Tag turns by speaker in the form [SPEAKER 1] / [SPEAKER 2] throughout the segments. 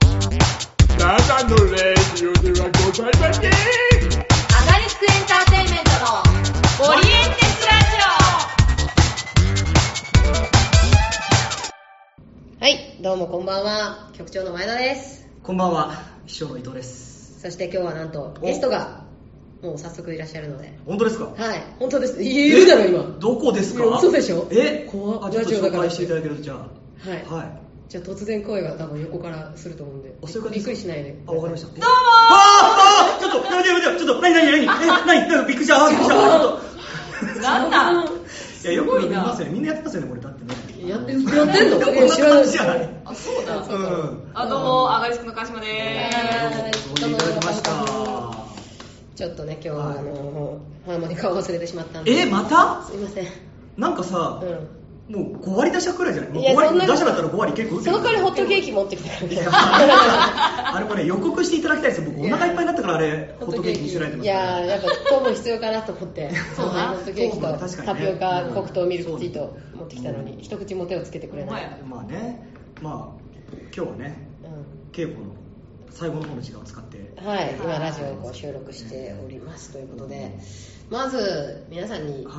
[SPEAKER 1] ただのレディオではございません
[SPEAKER 2] アガリスクエンターテインメントのオリエンテスラジオはい、どうもこんばんは。局長の前田です。
[SPEAKER 3] こんばんは、秘書の伊藤です。
[SPEAKER 2] そして今日はなんと
[SPEAKER 3] お
[SPEAKER 2] ゲストがもう早速いらっしゃるので。
[SPEAKER 3] 本当ですか
[SPEAKER 2] はい、本当です。言えるだろ今。
[SPEAKER 3] どこです
[SPEAKER 2] いや
[SPEAKER 3] か
[SPEAKER 2] 嘘でしょ
[SPEAKER 3] え
[SPEAKER 2] 怖っ
[SPEAKER 3] あちょっと
[SPEAKER 2] ラジオだ
[SPEAKER 3] 紹
[SPEAKER 2] から
[SPEAKER 3] 介していただけると、じゃあ。
[SPEAKER 2] はいじゃあ突然声が多分横からすると思うんで。
[SPEAKER 3] あそういう感じ
[SPEAKER 2] びっくりしないで。
[SPEAKER 3] あ、わかり ました。
[SPEAKER 2] た。
[SPEAKER 3] どうもあーあーちょっと、やめてやめてちょっと、なになになにえ、なになんかびっくりした、あーびっくりした、ちょ
[SPEAKER 4] なんだ
[SPEAKER 3] っと。いや、よく見ますよね。みんなやってますよね、これ、だってね。
[SPEAKER 2] やってんやってんの
[SPEAKER 3] こん
[SPEAKER 2] いや
[SPEAKER 3] な
[SPEAKER 2] 知らない
[SPEAKER 3] 感じやない。
[SPEAKER 4] あ、そうだ。
[SPEAKER 3] うん。
[SPEAKER 4] あ、どうも、アガリスクの川島で
[SPEAKER 2] えー
[SPEAKER 3] どうもどうもいただきました。
[SPEAKER 2] ちょっとね、今日は
[SPEAKER 3] はい
[SPEAKER 2] あの、ハーモニカを忘れてしまったんで。
[SPEAKER 3] え、また
[SPEAKER 2] すいません。
[SPEAKER 3] なんかさ
[SPEAKER 2] う、ん。
[SPEAKER 3] もう5割打者くらいじゃないもう
[SPEAKER 2] いや
[SPEAKER 3] 5
[SPEAKER 2] そんなこ
[SPEAKER 3] 割
[SPEAKER 2] と
[SPEAKER 3] 打者だったら5割結構打って
[SPEAKER 2] そ
[SPEAKER 3] る
[SPEAKER 2] の代わりホットケーキ持ってきてく
[SPEAKER 3] い
[SPEAKER 2] れ
[SPEAKER 3] や
[SPEAKER 2] る
[SPEAKER 3] あれもね予告していただきたいです僕お腹いっぱいになったからあれホ
[SPEAKER 2] ホ
[SPEAKER 3] ッ
[SPEAKER 2] ッ
[SPEAKER 3] ト
[SPEAKER 2] トケ
[SPEAKER 3] ケー
[SPEAKER 2] ー
[SPEAKER 3] キ
[SPEAKER 2] キ
[SPEAKER 3] 見せられてま
[SPEAKER 2] い
[SPEAKER 3] す
[SPEAKER 2] やーやっぱ糖分必要かなと思って
[SPEAKER 4] そうな
[SPEAKER 2] はいホットケーキ
[SPEAKER 3] 糖分確
[SPEAKER 2] と
[SPEAKER 3] かにね
[SPEAKER 2] タピオカ、
[SPEAKER 3] うん
[SPEAKER 2] 黒糖ミルクティーと持ってきたのに、一口も手をつけてくれない、
[SPEAKER 4] ほ
[SPEAKER 3] まあねまあ今日はね
[SPEAKER 2] う
[SPEAKER 3] 稽古の最後の方の時間を使って
[SPEAKER 2] ん、はい今ラジオをこう収録しておりますということでまず皆さんに
[SPEAKER 3] はい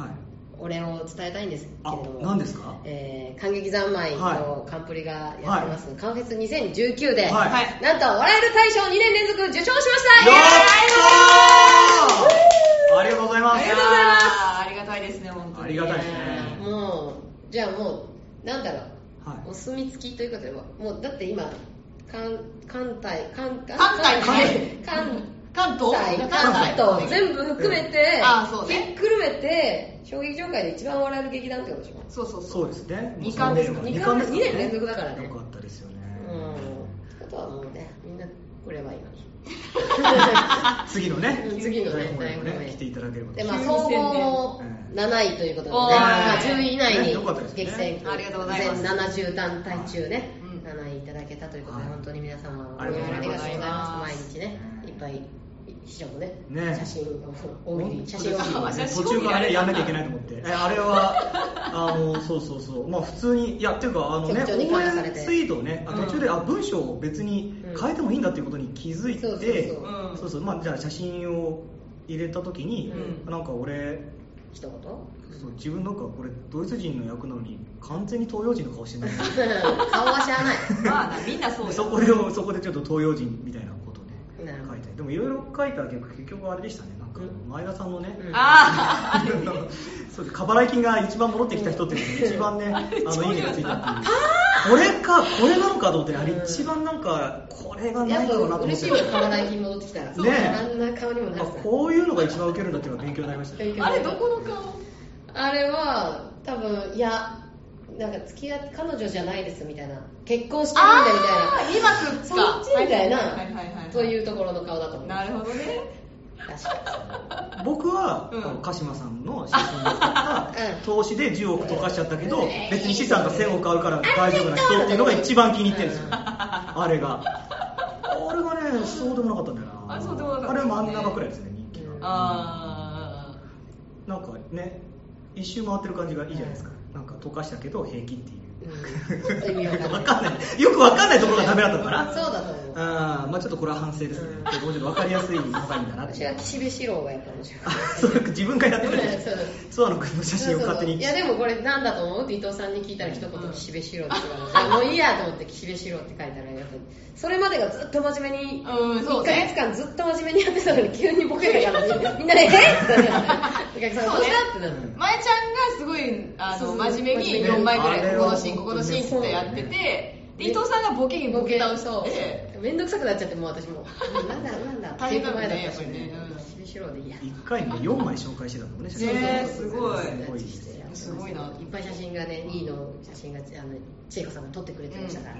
[SPEAKER 2] お礼を伝えたいんですけれ
[SPEAKER 3] あ
[SPEAKER 2] ども
[SPEAKER 3] 何ですか
[SPEAKER 2] えー、感激三昧
[SPEAKER 3] は
[SPEAKER 2] とカンプリがやってます、カンフェス2019で、
[SPEAKER 3] はい
[SPEAKER 4] はい
[SPEAKER 2] なんと笑える大賞2年連続受賞しました
[SPEAKER 3] や
[SPEAKER 2] イエ
[SPEAKER 3] ったーありがとうござい
[SPEAKER 4] ー
[SPEAKER 3] ます
[SPEAKER 4] ありがとうございます。ありがたいですね、本当
[SPEAKER 3] あ
[SPEAKER 4] に。
[SPEAKER 3] りがたいですね
[SPEAKER 2] ーイもうじゃあもうなんだろう
[SPEAKER 3] はい
[SPEAKER 2] お墨付きということでもうだって今関関西
[SPEAKER 4] 関
[SPEAKER 2] 関
[SPEAKER 4] 西
[SPEAKER 2] 関関
[SPEAKER 4] 関東
[SPEAKER 2] 西
[SPEAKER 3] 関西
[SPEAKER 2] 関東全部含めて
[SPEAKER 4] あそうね
[SPEAKER 2] ひっくるめて衝撃場界で一番笑える劇団ってことでしょ
[SPEAKER 4] そうそう
[SPEAKER 3] そ
[SPEAKER 4] そうう
[SPEAKER 3] で。すね
[SPEAKER 4] 二冠ですか
[SPEAKER 3] もうその
[SPEAKER 2] 二冠
[SPEAKER 3] 二冠ですか
[SPEAKER 2] 二年連続だからね
[SPEAKER 3] よかったですよね
[SPEAKER 2] うんあとはもうねみんな来ればいいのに
[SPEAKER 3] 次のね
[SPEAKER 2] うん次のね
[SPEAKER 3] 大本営も
[SPEAKER 2] 大本営
[SPEAKER 3] ね来ていただければ
[SPEAKER 2] でまあ
[SPEAKER 4] 急に
[SPEAKER 2] 総合も7
[SPEAKER 3] 宣
[SPEAKER 2] 位ということで、ね
[SPEAKER 4] おー
[SPEAKER 2] まあ、10位以内
[SPEAKER 3] ね
[SPEAKER 2] に
[SPEAKER 3] よかったですね
[SPEAKER 2] 激戦区
[SPEAKER 4] ありがとうございます
[SPEAKER 2] 全70団体中ね、
[SPEAKER 4] うん
[SPEAKER 2] 7位いただけたということで、
[SPEAKER 3] はい
[SPEAKER 2] 本当に皆様
[SPEAKER 3] ありがとうございます
[SPEAKER 2] 毎日ねいっぱい秘書もね
[SPEAKER 3] ね
[SPEAKER 2] 写真を大喜利写真を
[SPEAKER 4] そうですね
[SPEAKER 3] 途中からねやんなきゃいけないと思ってえあれはあのそうそうそうまあ普通にいやっていうかあのね
[SPEAKER 2] 局長に感化されて
[SPEAKER 3] ツイートをね
[SPEAKER 4] う
[SPEAKER 3] あ
[SPEAKER 4] ん
[SPEAKER 3] 途中で、あ文章を別に変えてもいいんだっていうことに気づいて、
[SPEAKER 2] うんそうそうそう
[SPEAKER 4] うん
[SPEAKER 3] そうそうまあじゃあ写真を入れた時に、
[SPEAKER 4] うん
[SPEAKER 3] なんか俺
[SPEAKER 2] 一言
[SPEAKER 3] そう自分なんかこれドイツ人の役なのに完全に東洋人の顔してない
[SPEAKER 2] 顔はしゃあない
[SPEAKER 4] まあな、みんなそうよ
[SPEAKER 3] そこでそこでちょっと東洋人みたいなことをね
[SPEAKER 2] なるほ
[SPEAKER 3] 書
[SPEAKER 2] ど
[SPEAKER 3] いてでもいろいろ書いた結局あれでしたねなんか
[SPEAKER 2] うん
[SPEAKER 3] 前田さんのね、
[SPEAKER 2] うん
[SPEAKER 4] あ
[SPEAKER 3] あの そうです過払い金が一番戻ってきた人っていうのが一番ね、あのいいねがついたっていう。これか、これなのかと思ってね、あれ
[SPEAKER 2] うん
[SPEAKER 3] 一番なんか、これがな
[SPEAKER 2] や
[SPEAKER 3] い
[SPEAKER 2] っ
[SPEAKER 3] だろう
[SPEAKER 2] ぱ
[SPEAKER 3] なと思っ
[SPEAKER 2] 嬉
[SPEAKER 3] て
[SPEAKER 2] しい。よ顔代金戻ってきたら、
[SPEAKER 3] そうね
[SPEAKER 2] あんな顔にもな
[SPEAKER 3] あ
[SPEAKER 2] るさ
[SPEAKER 3] こういうのが一番ウケるんだっていうのが勉強になりましたね。
[SPEAKER 2] 勉強
[SPEAKER 4] あれ、どこの顔
[SPEAKER 2] あれは多分いやなんか付き合って彼女じゃないですみたいな結婚してるんだみたいな
[SPEAKER 4] あー、今すっ
[SPEAKER 2] そ
[SPEAKER 4] か。
[SPEAKER 2] っちみたいな
[SPEAKER 4] はいはいはい。。
[SPEAKER 2] といううところの顔だと思う
[SPEAKER 4] なるほどね。
[SPEAKER 2] 確か
[SPEAKER 3] 僕は、
[SPEAKER 4] うん
[SPEAKER 3] あの鹿島さんの資産を使った
[SPEAKER 2] うん
[SPEAKER 3] 投資で10億溶かしちゃったけど、別に資産が1000億あるから大丈夫な人っていうのが一番気に入ってるんですよ、
[SPEAKER 2] うん
[SPEAKER 3] あれが。あれがね、そうでもなかったんだよな。
[SPEAKER 4] あそうでもなかった
[SPEAKER 3] あれ真ん中くらいですね、人気が。
[SPEAKER 4] あ
[SPEAKER 3] なんかね一周回ってる感じがいいじゃないですか、なんか溶かしたけど平気っていう
[SPEAKER 2] に、うん、意味わかんな
[SPEAKER 3] わ
[SPEAKER 2] い
[SPEAKER 3] かんないよくわかんないところがダメだったのかな
[SPEAKER 2] そうだと思う
[SPEAKER 3] あーまあちょっとこれは反省ですね、
[SPEAKER 2] うん
[SPEAKER 3] でもうちょっとわかりやすいデザインだな って
[SPEAKER 2] 私は岸辺四郎がやった面白い
[SPEAKER 3] あそう自分がやってるんで
[SPEAKER 2] そう
[SPEAKER 3] す諏訪野君の写真を勝手に
[SPEAKER 2] いやでもこれなんだと思うって伊藤さんに聞いたら一言
[SPEAKER 4] うん
[SPEAKER 2] 岸辺四郎って言われてあもういいやと思って岸辺四郎って書いたらやっぱりそれまでがずっと真面目に
[SPEAKER 4] うんそう
[SPEAKER 2] 1ヶ
[SPEAKER 4] ね
[SPEAKER 2] 月間ずっと真面目にやってたのに急にボケたからみんなで「えっ?」ってなってお客さんが「どうした?」ってなって
[SPEAKER 4] ー。前ちゃんがすごいあ
[SPEAKER 2] そうそ
[SPEAKER 4] の
[SPEAKER 2] う
[SPEAKER 4] 真面目
[SPEAKER 2] 真面
[SPEAKER 4] に
[SPEAKER 2] 目
[SPEAKER 4] 4枚ぐら
[SPEAKER 3] あれ
[SPEAKER 4] いここ
[SPEAKER 3] は
[SPEAKER 4] のシーンここのシーンってやって
[SPEAKER 3] そうだ
[SPEAKER 4] てで伊藤さんがボケにボケ倒して
[SPEAKER 2] そうめんどくさくなっちゃってもう私も「なんだなんだ」
[SPEAKER 4] 大変だね
[SPEAKER 2] 稽古前だったし
[SPEAKER 4] やっぱりねうん
[SPEAKER 2] 岸辺四郎でいいや
[SPEAKER 3] 一回に4枚紹介してたのね写真
[SPEAKER 4] ねすごい
[SPEAKER 3] すごいですね
[SPEAKER 4] すごいない
[SPEAKER 2] っぱい写真がね2位の写真があの千恵子さんが撮ってくれてましたから、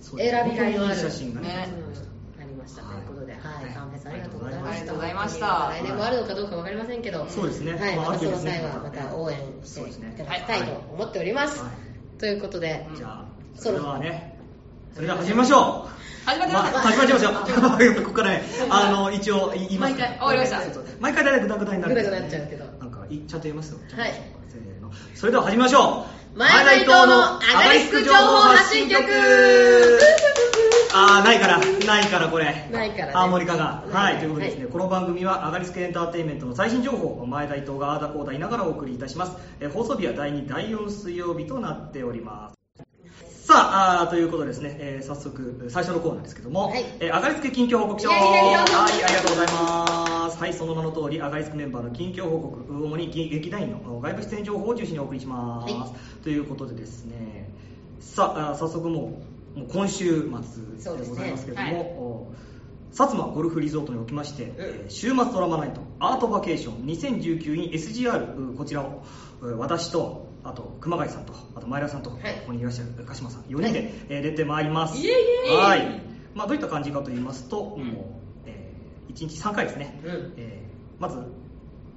[SPEAKER 3] そうです
[SPEAKER 2] 選びがいのある
[SPEAKER 3] いい写真がね
[SPEAKER 4] ね
[SPEAKER 2] うんなりましたということで、はい、
[SPEAKER 3] はい
[SPEAKER 2] カンフェスありがとうございま
[SPEAKER 4] あ
[SPEAKER 2] した。
[SPEAKER 4] りがとうございました
[SPEAKER 2] 来年もあるのかどうかわかりませんけど、
[SPEAKER 3] そうですね
[SPEAKER 2] はい、
[SPEAKER 3] まあ
[SPEAKER 2] またその
[SPEAKER 3] 秋ですね
[SPEAKER 2] 際はまた応援して
[SPEAKER 3] そうですね
[SPEAKER 2] いただきたいと思っております。
[SPEAKER 3] は
[SPEAKER 2] ということで、
[SPEAKER 3] いじゃあ
[SPEAKER 2] そ
[SPEAKER 3] そ
[SPEAKER 2] ろ
[SPEAKER 3] れではねそれでは始めましょう
[SPEAKER 4] 始まって
[SPEAKER 3] ま
[SPEAKER 4] ます
[SPEAKER 3] 始まっちゃ いましたよ。ここからね、あの、一応言いますから。
[SPEAKER 4] 毎回終わりました
[SPEAKER 3] そうそう毎回大体グダグダになる。
[SPEAKER 2] グダグダになっちゃうけど
[SPEAKER 3] なんか、いちゃんと言いますよ。
[SPEAKER 2] はい
[SPEAKER 3] せーの。それでは始めましょう。
[SPEAKER 2] 前田伊藤のアガリスク情報発信局
[SPEAKER 3] アガリスク情報発信局あないから、ないからこれ。
[SPEAKER 2] ないからね
[SPEAKER 3] ハーモニカが。
[SPEAKER 2] は
[SPEAKER 3] はいい、ということでですね、
[SPEAKER 2] はい
[SPEAKER 3] この番組はアガリスクエンターテインメントの最新情報を前田伊藤があーだこうだ言いながらお送りいたします。えー放送日は第2、第4水曜日となっております。さあ、あーということでですね、えー早速、最初のコーナーですけども、
[SPEAKER 2] はい
[SPEAKER 3] えーアガリスク近況報告書
[SPEAKER 2] いやいやいや
[SPEAKER 3] はい、ありがとうございます。はい、その名の通り、アガリスクメンバーの近況報告、主に劇団員の外部出演情報を中心にお送りします。
[SPEAKER 2] は
[SPEAKER 3] ということでですね、さあ、あー早速もう、もう今週末でございますけ
[SPEAKER 4] そうですね
[SPEAKER 3] ども、
[SPEAKER 4] はい
[SPEAKER 3] お薩摩ゴルフリゾートにおきまして、えー週末ドラマナイトアートバケーション 2019in SGR こちらをえー私とあと熊谷さんとあと前田さんと、
[SPEAKER 2] はい
[SPEAKER 3] ここにいらっしゃる鹿島さん4人で、えー出てまいります
[SPEAKER 4] イエイイエイ
[SPEAKER 3] はい、まあ、どういった感じかと言いますと、もう、え1日3回ですね、
[SPEAKER 2] うん
[SPEAKER 3] えーまず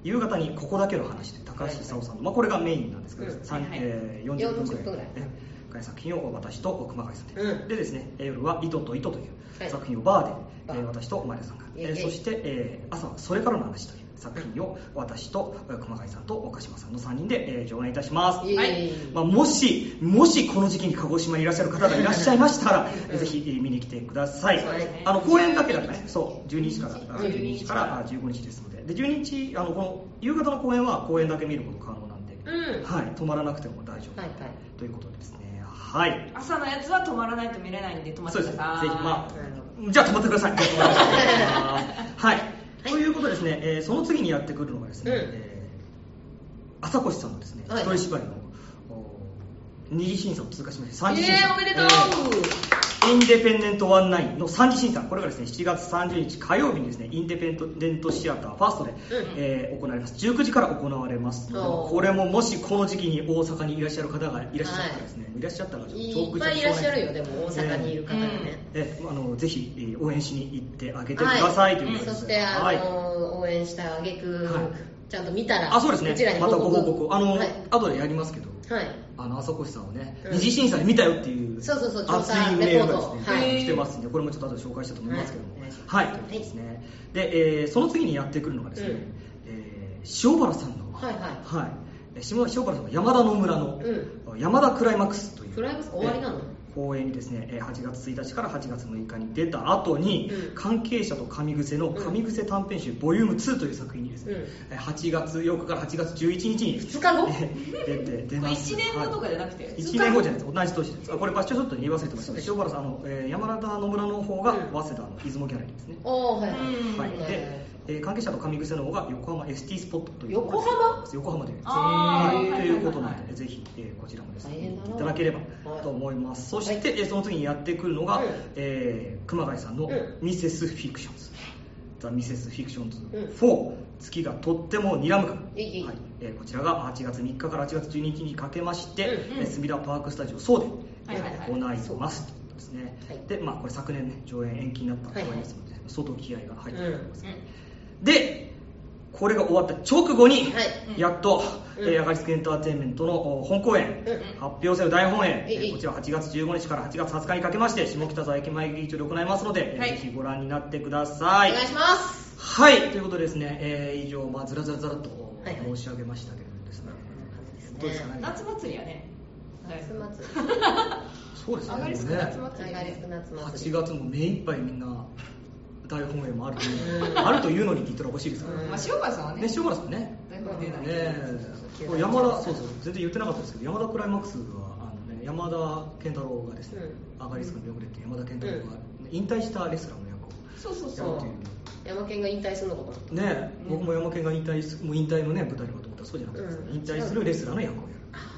[SPEAKER 3] 夕方にここだけの話という高橋功さんの、まあ、これがメインなんですけど、
[SPEAKER 2] うん
[SPEAKER 3] さん
[SPEAKER 4] はいはい
[SPEAKER 3] えー40分
[SPEAKER 2] 40分
[SPEAKER 3] く
[SPEAKER 2] ぐ
[SPEAKER 3] ら
[SPEAKER 2] ら
[SPEAKER 3] い
[SPEAKER 2] い
[SPEAKER 3] ね深い作品を私と熊谷さんで、
[SPEAKER 2] うん
[SPEAKER 3] でですね夜は「糸と糸」とい
[SPEAKER 2] は
[SPEAKER 3] う
[SPEAKER 2] い
[SPEAKER 3] 作品をバーで、
[SPEAKER 2] バー
[SPEAKER 3] えー私と前田さんが、
[SPEAKER 2] イェイ
[SPEAKER 3] えー
[SPEAKER 2] イェイ
[SPEAKER 3] そして、えー朝は「それからの話」という作品を私とえー熊谷さんと岡島さんの3人で、えー上演いたします、
[SPEAKER 2] イエイ
[SPEAKER 3] はいまあ、もしもしこの時期に鹿児島にいらっしゃる方がいらっしゃいましたら、
[SPEAKER 2] うん
[SPEAKER 3] ぜひえー見に来てください、
[SPEAKER 2] そうですね
[SPEAKER 3] あの公演だけだねそう12日からあ
[SPEAKER 2] 12
[SPEAKER 3] 12日からあ15日ですのでで12日あのこの夕方の公演は公演だけ見ること可能なんで、
[SPEAKER 2] うん
[SPEAKER 3] はい、止まらなくても大丈夫、
[SPEAKER 2] はいはい
[SPEAKER 3] ということでですねはい
[SPEAKER 4] 朝のやつは止まらないと見れないんで止まっ
[SPEAKER 3] そう
[SPEAKER 4] てく
[SPEAKER 3] です
[SPEAKER 4] だ
[SPEAKER 3] ね。ぜひ、
[SPEAKER 4] さい
[SPEAKER 3] まあ
[SPEAKER 2] なる、
[SPEAKER 3] じゃあ止まってく ださい。はい。ということでですね、えーその次にやってくるのがですね、
[SPEAKER 2] うん
[SPEAKER 3] えー朝越さんのですね、
[SPEAKER 2] はい
[SPEAKER 3] 一人芝居の、お二次審査を通過しまして、三次審査。
[SPEAKER 4] えーおめでとう
[SPEAKER 3] インデペンデントワンナインの3次審査、これがですね7月30日火曜日にですねインデペンデントシアターファーストで、えー行われます、19時から行われます
[SPEAKER 2] お
[SPEAKER 3] ので、
[SPEAKER 2] ー
[SPEAKER 3] これももしこの時期に大阪にいらっしゃる方がいらっしゃったらですね、い、らっしゃったらちょと
[SPEAKER 2] いっぱいいらっしゃるよでも大阪にいる方が
[SPEAKER 4] う
[SPEAKER 2] ね
[SPEAKER 4] ん
[SPEAKER 3] えあのぜひえー応援しに行ってあげてください、ということで
[SPEAKER 2] そしてあの、
[SPEAKER 3] はい
[SPEAKER 2] 応援した挙句、
[SPEAKER 3] は
[SPEAKER 2] ちゃんと見たら
[SPEAKER 3] あそうですね
[SPEAKER 2] ちらに
[SPEAKER 3] またご報告あの、
[SPEAKER 2] はい、
[SPEAKER 3] 後でやりますけど
[SPEAKER 2] はい
[SPEAKER 3] あの朝越さんをね、
[SPEAKER 2] うん
[SPEAKER 3] 二次審査で見たよっていう
[SPEAKER 2] そうそうそう調
[SPEAKER 3] 熱
[SPEAKER 2] 査
[SPEAKER 3] いメール
[SPEAKER 2] レポ
[SPEAKER 3] が
[SPEAKER 2] ート
[SPEAKER 3] ですね、
[SPEAKER 2] はい
[SPEAKER 3] 来てますんでこれもちょっと後で紹介したいと思いますけども
[SPEAKER 2] はい
[SPEAKER 3] はい、
[SPEAKER 2] はい
[SPEAKER 3] ということですねで、えーその次にやってくるのがですね、
[SPEAKER 2] うん
[SPEAKER 3] えー塩原さんの
[SPEAKER 2] はいはい
[SPEAKER 3] はいえー塩原さんの山田の村の、山田クライマックスという
[SPEAKER 2] クライマックス終わりなの
[SPEAKER 3] えー公演にですねえー8月1日から8月6日に出た後に、
[SPEAKER 2] うん
[SPEAKER 3] 関係者と神癖の神癖短編集ボリューム2という作品にですね、
[SPEAKER 2] うん
[SPEAKER 3] えー8月8日から8月11日 に
[SPEAKER 2] 2日後
[SPEAKER 3] 出て出
[SPEAKER 4] これ
[SPEAKER 3] ます
[SPEAKER 4] 1年後とかじゃなくて
[SPEAKER 3] 1年後じゃないです同じ年ですあこれ場所ちょっと言い忘れてまし
[SPEAKER 2] そう
[SPEAKER 3] た
[SPEAKER 2] です
[SPEAKER 3] 塩原さんあの、えー山田の村の方が
[SPEAKER 2] うん
[SPEAKER 3] 早稲田の出雲ギャラリーですね、
[SPEAKER 2] おーはいはい、
[SPEAKER 4] うん
[SPEAKER 3] はい、
[SPEAKER 2] うん
[SPEAKER 3] で、えー関係者と神癖の方が横浜 ST スポットという
[SPEAKER 2] 横浜
[SPEAKER 3] 横浜で
[SPEAKER 4] あ
[SPEAKER 3] は
[SPEAKER 4] ー
[SPEAKER 3] い
[SPEAKER 4] はいは
[SPEAKER 3] と
[SPEAKER 4] い
[SPEAKER 3] い
[SPEAKER 4] はいう
[SPEAKER 3] ことなのでぜひ、えーこちらもですね
[SPEAKER 2] 大変だな
[SPEAKER 3] 見ていただければと思います、そして、えーその次にやってくるのが、
[SPEAKER 2] うん
[SPEAKER 3] えー熊谷さんの
[SPEAKER 2] うん
[SPEAKER 3] ミセスフィクションズ、ザ・ミセスフィクションズ
[SPEAKER 2] うん
[SPEAKER 3] 4、月がとっても睨むか
[SPEAKER 2] いいいい
[SPEAKER 3] はいえーこちらが8月3日から8月12日にかけまし
[SPEAKER 2] う
[SPEAKER 3] て、
[SPEAKER 2] ん
[SPEAKER 4] うん
[SPEAKER 3] えー隅田パークスタジオそうで、
[SPEAKER 4] はいはいはい
[SPEAKER 3] えー行いますということですね、
[SPEAKER 2] はい
[SPEAKER 3] でまあこれ昨年ね上演延期になったと思いますので、相当気合が入ってると思います、
[SPEAKER 4] うん
[SPEAKER 3] でこれが終わった直後
[SPEAKER 2] は
[SPEAKER 3] に、
[SPEAKER 2] い
[SPEAKER 3] やっ
[SPEAKER 2] う
[SPEAKER 3] と、
[SPEAKER 2] ん
[SPEAKER 3] えーアガリスクエンターテインメントのお本公演、
[SPEAKER 2] うん
[SPEAKER 3] 発表せよ大本営、
[SPEAKER 2] えい
[SPEAKER 3] えーこちら8月15日から8月20日にかけまして下北沢駅前劇場で行いますので、えー
[SPEAKER 4] はい
[SPEAKER 3] ぜひご覧になってください
[SPEAKER 2] お願いします
[SPEAKER 3] はいということでですね、えー以上、まあ、ずらずらずらっと
[SPEAKER 2] はいはい
[SPEAKER 3] 申し上げましたけれどもですね、どうですかね
[SPEAKER 4] 夏祭りやねはい
[SPEAKER 2] 夏祭り
[SPEAKER 3] そうですね
[SPEAKER 4] アガリスク
[SPEAKER 3] もうね
[SPEAKER 4] 夏祭り
[SPEAKER 2] アガリスク夏祭
[SPEAKER 3] 8
[SPEAKER 2] り
[SPEAKER 3] 月も目いっぱいみんな大本営もあるというあるというのにって言ったらおかしいですから
[SPEAKER 2] うん
[SPEAKER 3] ね
[SPEAKER 4] まあ、塩川さんはね
[SPEAKER 3] ね塩原さんね
[SPEAKER 4] 台本出ない
[SPEAKER 3] ね
[SPEAKER 4] ね
[SPEAKER 2] そう
[SPEAKER 3] これ山田そうそう全然言ってなかったですけど山田クライマックスはあの、ね、山田健太郎がですね、アガリスクのよく出て山田健太郎が、引退したレスラーの役を
[SPEAKER 4] そうそう
[SPEAKER 3] やる
[SPEAKER 4] そ
[SPEAKER 3] という
[SPEAKER 4] う
[SPEAKER 2] 山県が引退するのかと思った
[SPEAKER 3] ね僕も山健が引退すもう引退のね舞台のかと思ったらそうじゃなくてですね、
[SPEAKER 2] うん
[SPEAKER 3] 引退するレスラーの役をやる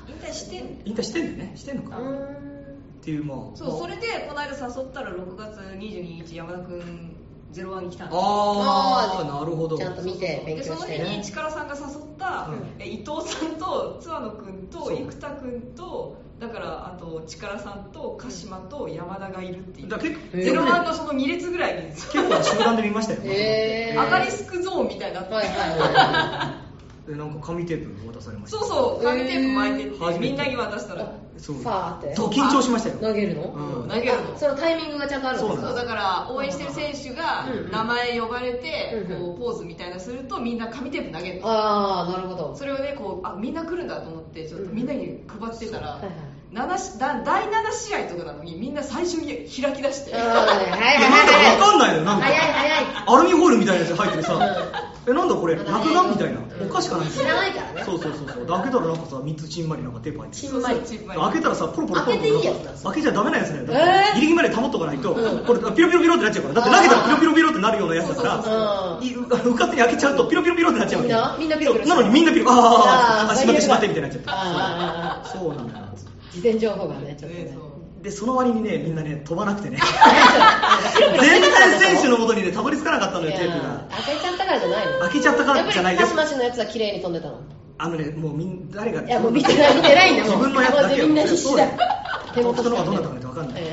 [SPEAKER 4] 引退してん
[SPEAKER 3] 引退してんだよねしてんのか、
[SPEAKER 2] う
[SPEAKER 3] っ
[SPEAKER 2] ー
[SPEAKER 3] ていうまあ
[SPEAKER 4] そうそ
[SPEAKER 3] まあ
[SPEAKER 4] れでこの間誘ったら6月22日山田くん01に来たんです
[SPEAKER 3] あ
[SPEAKER 2] あ
[SPEAKER 3] ーなるほど
[SPEAKER 2] ちゃんと見て勉
[SPEAKER 4] でそ
[SPEAKER 2] 強
[SPEAKER 4] の
[SPEAKER 2] して
[SPEAKER 4] 日
[SPEAKER 2] ね
[SPEAKER 4] に市川さんが誘った、
[SPEAKER 3] うん
[SPEAKER 4] え伊藤さんと津和野君
[SPEAKER 3] そ
[SPEAKER 4] と
[SPEAKER 3] う
[SPEAKER 4] 生田君とだからあと力さんと鹿島と山田がいるっていう
[SPEAKER 3] だから結構
[SPEAKER 4] ゼロワンのその2列ぐらいに
[SPEAKER 3] 結構な集団で見ましたよ、
[SPEAKER 2] へえー
[SPEAKER 4] アガリスクゾーンみたいになってて、
[SPEAKER 2] はいはいは
[SPEAKER 3] でなんか紙テープ渡されました
[SPEAKER 4] そうそう紙テープ巻いてって、
[SPEAKER 3] えー初めて
[SPEAKER 4] みんなに渡した
[SPEAKER 2] い
[SPEAKER 4] ら
[SPEAKER 3] そう
[SPEAKER 2] ファーって
[SPEAKER 3] そう緊張しましたよ
[SPEAKER 2] 投げるの、
[SPEAKER 3] うん
[SPEAKER 4] 投げるの
[SPEAKER 2] あそのタイミングがちゃんとあるんです
[SPEAKER 3] そう
[SPEAKER 2] か
[SPEAKER 3] な
[SPEAKER 4] そ
[SPEAKER 3] ん
[SPEAKER 4] う
[SPEAKER 3] です
[SPEAKER 4] だから応援してる選手が
[SPEAKER 2] うんうん
[SPEAKER 4] 名前呼ばれて
[SPEAKER 2] うんうん
[SPEAKER 4] こうポーズみたいなするとみんな紙テープ投げるの
[SPEAKER 2] ああなるほど
[SPEAKER 4] それをねこうあみんな来るんだと思ってちょっとみんなに配ってたら
[SPEAKER 2] うんはいはい
[SPEAKER 4] 七しだ第7試合とかなのにみんな最初に開き出して
[SPEAKER 2] うんはいはい
[SPEAKER 3] いや
[SPEAKER 2] はい
[SPEAKER 3] なんかわかんないのなんか
[SPEAKER 2] 早い早い
[SPEAKER 3] アルミホイルみたいなやつ入っててさ、え、なんだこれ、
[SPEAKER 2] ま
[SPEAKER 3] 落
[SPEAKER 2] だね
[SPEAKER 3] 書みたいな
[SPEAKER 2] う。ん
[SPEAKER 3] おかしかない
[SPEAKER 2] 知らないからね
[SPEAKER 3] そうそうそうそう。だけたらなんかさ、三つちんまりなんかテープ入って
[SPEAKER 2] ち
[SPEAKER 3] る。
[SPEAKER 2] んまり
[SPEAKER 4] ちんまり
[SPEAKER 3] 開けたらさ、ポロポロポ
[SPEAKER 2] 開
[SPEAKER 3] ロポロ
[SPEAKER 2] けていいやつだ
[SPEAKER 3] 開けちゃダメなやつだよ。だ
[SPEAKER 2] え
[SPEAKER 3] から
[SPEAKER 2] ー
[SPEAKER 3] ギリギリまで保っとかないと、
[SPEAKER 2] うん
[SPEAKER 3] これ、ピロピロピロってなっちゃうから。だって投げたらピロピロピロってなるようなやつだから
[SPEAKER 4] そう
[SPEAKER 2] そうそうそう
[SPEAKER 3] い、うかつに開けちゃうとピロピロピロってなっちゃうわけ
[SPEAKER 2] みんなみんなピロピロ
[SPEAKER 3] そうなのにみんなピロ、
[SPEAKER 2] あー
[SPEAKER 3] あーあー、しまってしまってみたいになっちゃ
[SPEAKER 2] あ
[SPEAKER 3] っ
[SPEAKER 2] ー
[SPEAKER 3] た。そうそうなんだよ。
[SPEAKER 2] 事前情報がねちょっと
[SPEAKER 4] ね
[SPEAKER 2] ね
[SPEAKER 4] そう
[SPEAKER 3] で、その割にね、みんなね、飛ばなくてね。
[SPEAKER 2] ピロピロして
[SPEAKER 3] 全
[SPEAKER 2] なかった
[SPEAKER 3] 体
[SPEAKER 2] んだよ
[SPEAKER 3] 選手の元にね、たどり着かなかったのよ、テープが
[SPEAKER 2] や。開けちゃったからじゃないの
[SPEAKER 3] 開けちゃったからじゃない
[SPEAKER 2] やっぱ
[SPEAKER 3] です
[SPEAKER 2] りマシマシのやつは綺麗に飛んでたの
[SPEAKER 3] あのね、もうみん誰が
[SPEAKER 2] いやもう見てない見てないんだもん
[SPEAKER 3] 自分のやつだけを
[SPEAKER 2] みんな必死だ
[SPEAKER 3] 手元の方がどうなったかなんてわかんない、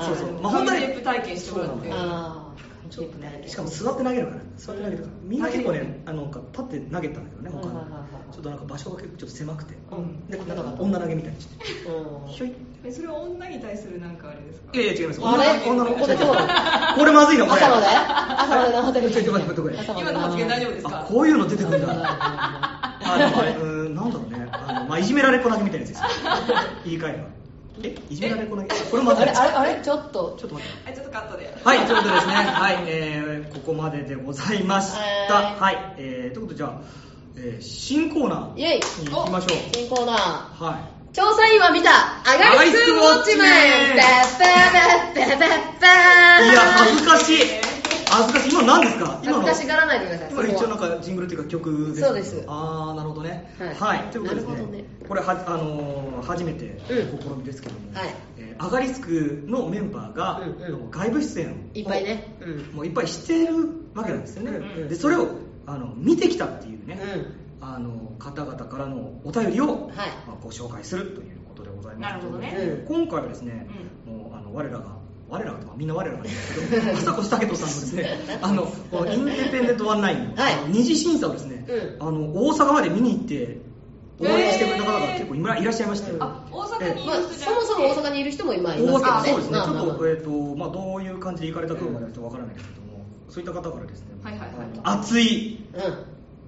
[SPEAKER 2] そ
[SPEAKER 3] そうそうまあ
[SPEAKER 4] 紙
[SPEAKER 3] 本当に
[SPEAKER 4] テープ体験してもらって
[SPEAKER 3] そうな
[SPEAKER 2] ああ
[SPEAKER 4] ちょっとね
[SPEAKER 3] しかも座って投げるから座って投げるからみんな結構ねあのなんか立って投げたんだけどね他
[SPEAKER 2] はいはいはいは
[SPEAKER 3] の
[SPEAKER 2] い
[SPEAKER 3] ちょっとなんか場所が結構ちょっと狭くて
[SPEAKER 2] うん
[SPEAKER 3] でなんか女投げみたいにして
[SPEAKER 2] うん
[SPEAKER 3] ひょいっ
[SPEAKER 4] えそれは女に対するなんかあれですか
[SPEAKER 3] いやいや違います
[SPEAKER 2] あれ
[SPEAKER 3] 女の
[SPEAKER 2] ここ
[SPEAKER 3] 女
[SPEAKER 2] でどうな
[SPEAKER 3] これまずいなこれ
[SPEAKER 2] 朝まで朝まで生テレビ
[SPEAKER 3] ちょっと待って待っ
[SPEAKER 2] 朝
[SPEAKER 3] て
[SPEAKER 2] まで
[SPEAKER 4] 今の発言大丈夫です
[SPEAKER 3] あ
[SPEAKER 4] か
[SPEAKER 3] こういうの出てくるん
[SPEAKER 2] うん
[SPEAKER 3] だあなんかねうーんなんだろうねあの、まあ、いじめられっ子投げみたいなやつで すよ言い換えればえいじめられっ子投げこれまず
[SPEAKER 2] あ
[SPEAKER 3] い
[SPEAKER 2] れ
[SPEAKER 3] ちょ
[SPEAKER 2] あれあれちょっと
[SPEAKER 3] っと待って
[SPEAKER 4] はいちょっとカットで
[SPEAKER 3] はい、ということでですね、はい、えー、ここまででございました。
[SPEAKER 2] は
[SPEAKER 3] はい、えー、ということでじゃあ、えー、新コーナー
[SPEAKER 2] イェイ
[SPEAKER 3] に行きましょう。
[SPEAKER 2] 新コーナー
[SPEAKER 3] は
[SPEAKER 2] 調査員は見たアガリスウォッチマンペペペペペペ
[SPEAKER 3] い。いや、恥
[SPEAKER 2] ー
[SPEAKER 3] ずかしい。恥ずかしい。今何ですか
[SPEAKER 2] 恥ず
[SPEAKER 3] 今の
[SPEAKER 2] かしがらないでください
[SPEAKER 3] 今の一応なんかジングルっていうか曲ですか
[SPEAKER 2] そうです
[SPEAKER 3] ああなるほどね
[SPEAKER 2] はい
[SPEAKER 3] はい、ということ
[SPEAKER 2] なる
[SPEAKER 3] です
[SPEAKER 2] ほどね
[SPEAKER 3] ねこれはあのー初めて
[SPEAKER 2] うん
[SPEAKER 3] 試みですけども、
[SPEAKER 2] はい
[SPEAKER 3] えーアガリスクのメンバーが
[SPEAKER 2] うんうん
[SPEAKER 3] 外部出演を
[SPEAKER 2] いっぱいねうん
[SPEAKER 3] もういっぱいしてるわけなんですよね、
[SPEAKER 2] うんうんうん
[SPEAKER 3] でそれをあの見てきたっていう
[SPEAKER 2] う
[SPEAKER 3] ね、
[SPEAKER 2] ん
[SPEAKER 3] あの方々からのお便りを、
[SPEAKER 2] はい
[SPEAKER 3] まあ、ご紹介するということでございます
[SPEAKER 4] なるほどね
[SPEAKER 2] うん
[SPEAKER 3] 今回はですね、もうあの我らが我らがとかみんな我らがですけど 朝越武人さんのですね あのこのインディペンデントワンナインの、
[SPEAKER 2] はい
[SPEAKER 3] あの二次審査をですね、
[SPEAKER 2] う
[SPEAKER 3] あの大阪まで見に行って応援してくれた方が結構いらいらっしゃいまして、
[SPEAKER 2] うん
[SPEAKER 4] あ大阪にい
[SPEAKER 2] まあ
[SPEAKER 4] る人じゃ
[SPEAKER 2] そ
[SPEAKER 4] なくて
[SPEAKER 2] もそも大阪にいる人も今い
[SPEAKER 3] 大
[SPEAKER 2] ま
[SPEAKER 3] 阪
[SPEAKER 2] すけ
[SPEAKER 3] そう
[SPEAKER 2] どね
[SPEAKER 3] ですね、
[SPEAKER 2] まあ
[SPEAKER 3] ち
[SPEAKER 2] まあ
[SPEAKER 3] ょ
[SPEAKER 2] まあ
[SPEAKER 3] っと、えーとまあ、どういう感じで行かれたかまではちょっとわからないですけども、そういった方からですね、
[SPEAKER 4] はいはいはい
[SPEAKER 3] 熱い
[SPEAKER 2] うん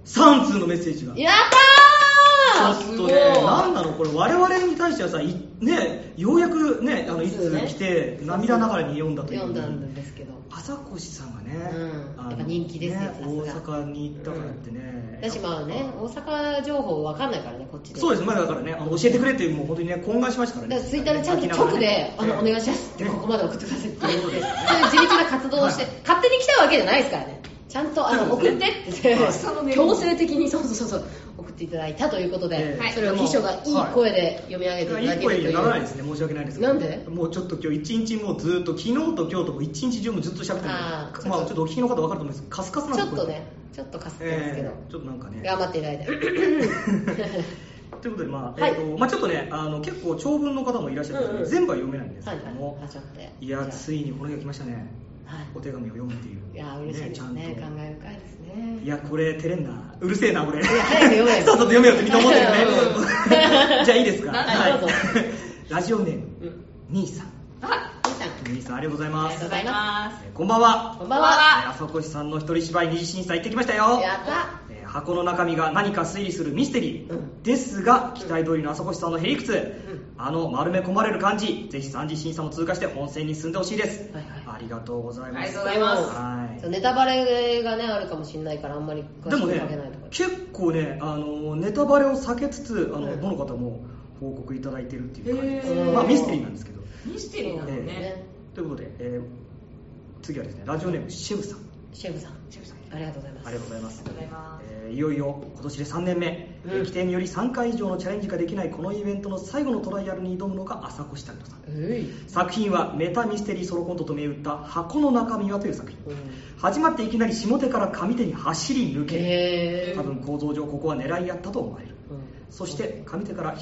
[SPEAKER 3] 3通のメッセージが。
[SPEAKER 2] やっ
[SPEAKER 3] ち
[SPEAKER 2] た
[SPEAKER 3] ょ
[SPEAKER 2] ー
[SPEAKER 3] っとね、なんなの、これ、我々に対してはさ、いね、ようやくね、あのい
[SPEAKER 2] 一通
[SPEAKER 3] つ
[SPEAKER 2] ね
[SPEAKER 3] 来て、涙ながらに読んだという、
[SPEAKER 2] 読んだんですけど
[SPEAKER 3] 朝越さんがね、
[SPEAKER 2] うん
[SPEAKER 3] あの
[SPEAKER 2] やっぱ人気ですよ
[SPEAKER 3] ね
[SPEAKER 2] さすが
[SPEAKER 3] 大阪に行ったからってね、
[SPEAKER 2] 私まあね大阪情報わかんないからねこっちで
[SPEAKER 3] そうです、まあ、だからね、あの教えてくれって、もう本当にね、懇願しましたから
[SPEAKER 2] だか
[SPEAKER 3] ね、
[SPEAKER 2] らツイッターでちゃんと直で「あのお願いします」って
[SPEAKER 3] ね
[SPEAKER 2] ここまで送ってくださいって言って
[SPEAKER 3] そ
[SPEAKER 2] そうう
[SPEAKER 3] で
[SPEAKER 2] い
[SPEAKER 3] す
[SPEAKER 2] う
[SPEAKER 3] ね
[SPEAKER 2] 地道な活動をして
[SPEAKER 3] はい
[SPEAKER 2] 勝手に来たわけじゃないですからねちゃんとあの
[SPEAKER 3] そうで
[SPEAKER 2] 送って
[SPEAKER 3] すね
[SPEAKER 2] って言っ
[SPEAKER 3] はい
[SPEAKER 4] 草の
[SPEAKER 2] て
[SPEAKER 4] 根
[SPEAKER 2] 強制的にそうそうそうそう送っていただいたということで
[SPEAKER 3] はい
[SPEAKER 2] それを秘書がいい声で読み上げていただ
[SPEAKER 3] いい
[SPEAKER 2] けると
[SPEAKER 3] 声
[SPEAKER 2] い
[SPEAKER 3] に
[SPEAKER 2] う
[SPEAKER 3] はならないですね、申し訳ないですけ
[SPEAKER 2] な
[SPEAKER 3] ど、
[SPEAKER 2] んで
[SPEAKER 3] もうちょっと今日一日、もうずっと、昨日と今日と、一日中もずっと喋ってるんで
[SPEAKER 2] あー
[SPEAKER 3] まあ、ちょっとお聞きの方分かると思うんですけど、カスカスなん
[SPEAKER 2] ち
[SPEAKER 3] で
[SPEAKER 2] ょ
[SPEAKER 3] す
[SPEAKER 2] っとねちょっとかすってますけど
[SPEAKER 3] えーちょっとなんかね。
[SPEAKER 2] 頑張っていただい て
[SPEAKER 3] ということで、まあ、
[SPEAKER 2] はい
[SPEAKER 3] えっ、と、まあ、ちょっとね、あの、結構長文の方もいらっしゃったので、
[SPEAKER 2] うんうん
[SPEAKER 3] 全部は読めないんです
[SPEAKER 2] は
[SPEAKER 3] け
[SPEAKER 2] い
[SPEAKER 3] ど
[SPEAKER 2] はい
[SPEAKER 3] も。
[SPEAKER 2] あちょっと
[SPEAKER 3] い、や、
[SPEAKER 2] じ
[SPEAKER 3] ついにこれが来ましたね。
[SPEAKER 2] ゃあはい
[SPEAKER 3] お手紙を読むっていう。
[SPEAKER 2] いや嬉しいですね
[SPEAKER 3] ちゃ
[SPEAKER 2] 感
[SPEAKER 3] んと
[SPEAKER 2] 慨深いですね
[SPEAKER 3] いや、これ、照れんな。うるせえな、 俺。
[SPEAKER 2] 早く読 めよ
[SPEAKER 3] さっさと読めよってみんな思ってるよね
[SPEAKER 2] う。ん
[SPEAKER 3] じゃあ、いいです か。
[SPEAKER 2] はいどうぞ
[SPEAKER 3] ラジオネーム、
[SPEAKER 2] うん
[SPEAKER 3] 兄さん。
[SPEAKER 4] あ
[SPEAKER 2] みーさん
[SPEAKER 3] 兄さん、ありがとうございま
[SPEAKER 4] ありがと
[SPEAKER 3] す
[SPEAKER 4] う。ございます
[SPEAKER 3] えーこんばんは。
[SPEAKER 2] こんばんは
[SPEAKER 3] えー朝越さんの一人芝居二次審査行ってきましたよ。
[SPEAKER 2] やった
[SPEAKER 3] えー箱の中身が何か推理するミステリー、
[SPEAKER 2] うん
[SPEAKER 3] ですが期待通りの朝越さんのへりくつ、
[SPEAKER 2] ん
[SPEAKER 3] あの丸め込まれる感じぜひ三次審査も通過して本戦に進んでほしいで
[SPEAKER 2] は
[SPEAKER 3] す、
[SPEAKER 2] いはい
[SPEAKER 3] ありがとうございます
[SPEAKER 4] ありがとうございます
[SPEAKER 3] はい
[SPEAKER 2] ネタバレがねあるかもしれないからあんまり詳
[SPEAKER 3] で
[SPEAKER 2] し
[SPEAKER 3] も
[SPEAKER 2] く
[SPEAKER 3] ね
[SPEAKER 2] 書けないとか、
[SPEAKER 3] 結構ねあのネタバレを避けつつあの、
[SPEAKER 2] うん
[SPEAKER 3] どの方も報告いただいてるっていう感じです、
[SPEAKER 4] へー
[SPEAKER 3] まあ、ミステリーなんですけど
[SPEAKER 4] ミステリーなの
[SPEAKER 3] え
[SPEAKER 4] ね
[SPEAKER 3] ということで、えー次はですねラジオネームシェフさん
[SPEAKER 2] シェフさん
[SPEAKER 4] シェフさんあ
[SPEAKER 2] ありがとうございます
[SPEAKER 3] ありがとうございます
[SPEAKER 4] りがとうございます
[SPEAKER 3] えーいよいよ今年で3年目、
[SPEAKER 2] うん
[SPEAKER 3] えー規定により3回以上のチャレンジができないこのイベントの最後のトライアルに挑むのが朝越拓人さん
[SPEAKER 2] うい
[SPEAKER 3] 作品はメタミステリーソロコントと銘打った「箱の中身は」という作品
[SPEAKER 2] うん
[SPEAKER 3] 始まっていきなり下手から上手に走り抜け
[SPEAKER 2] へえ
[SPEAKER 3] 多分構造上ここは狙いやったと思われるそして上手から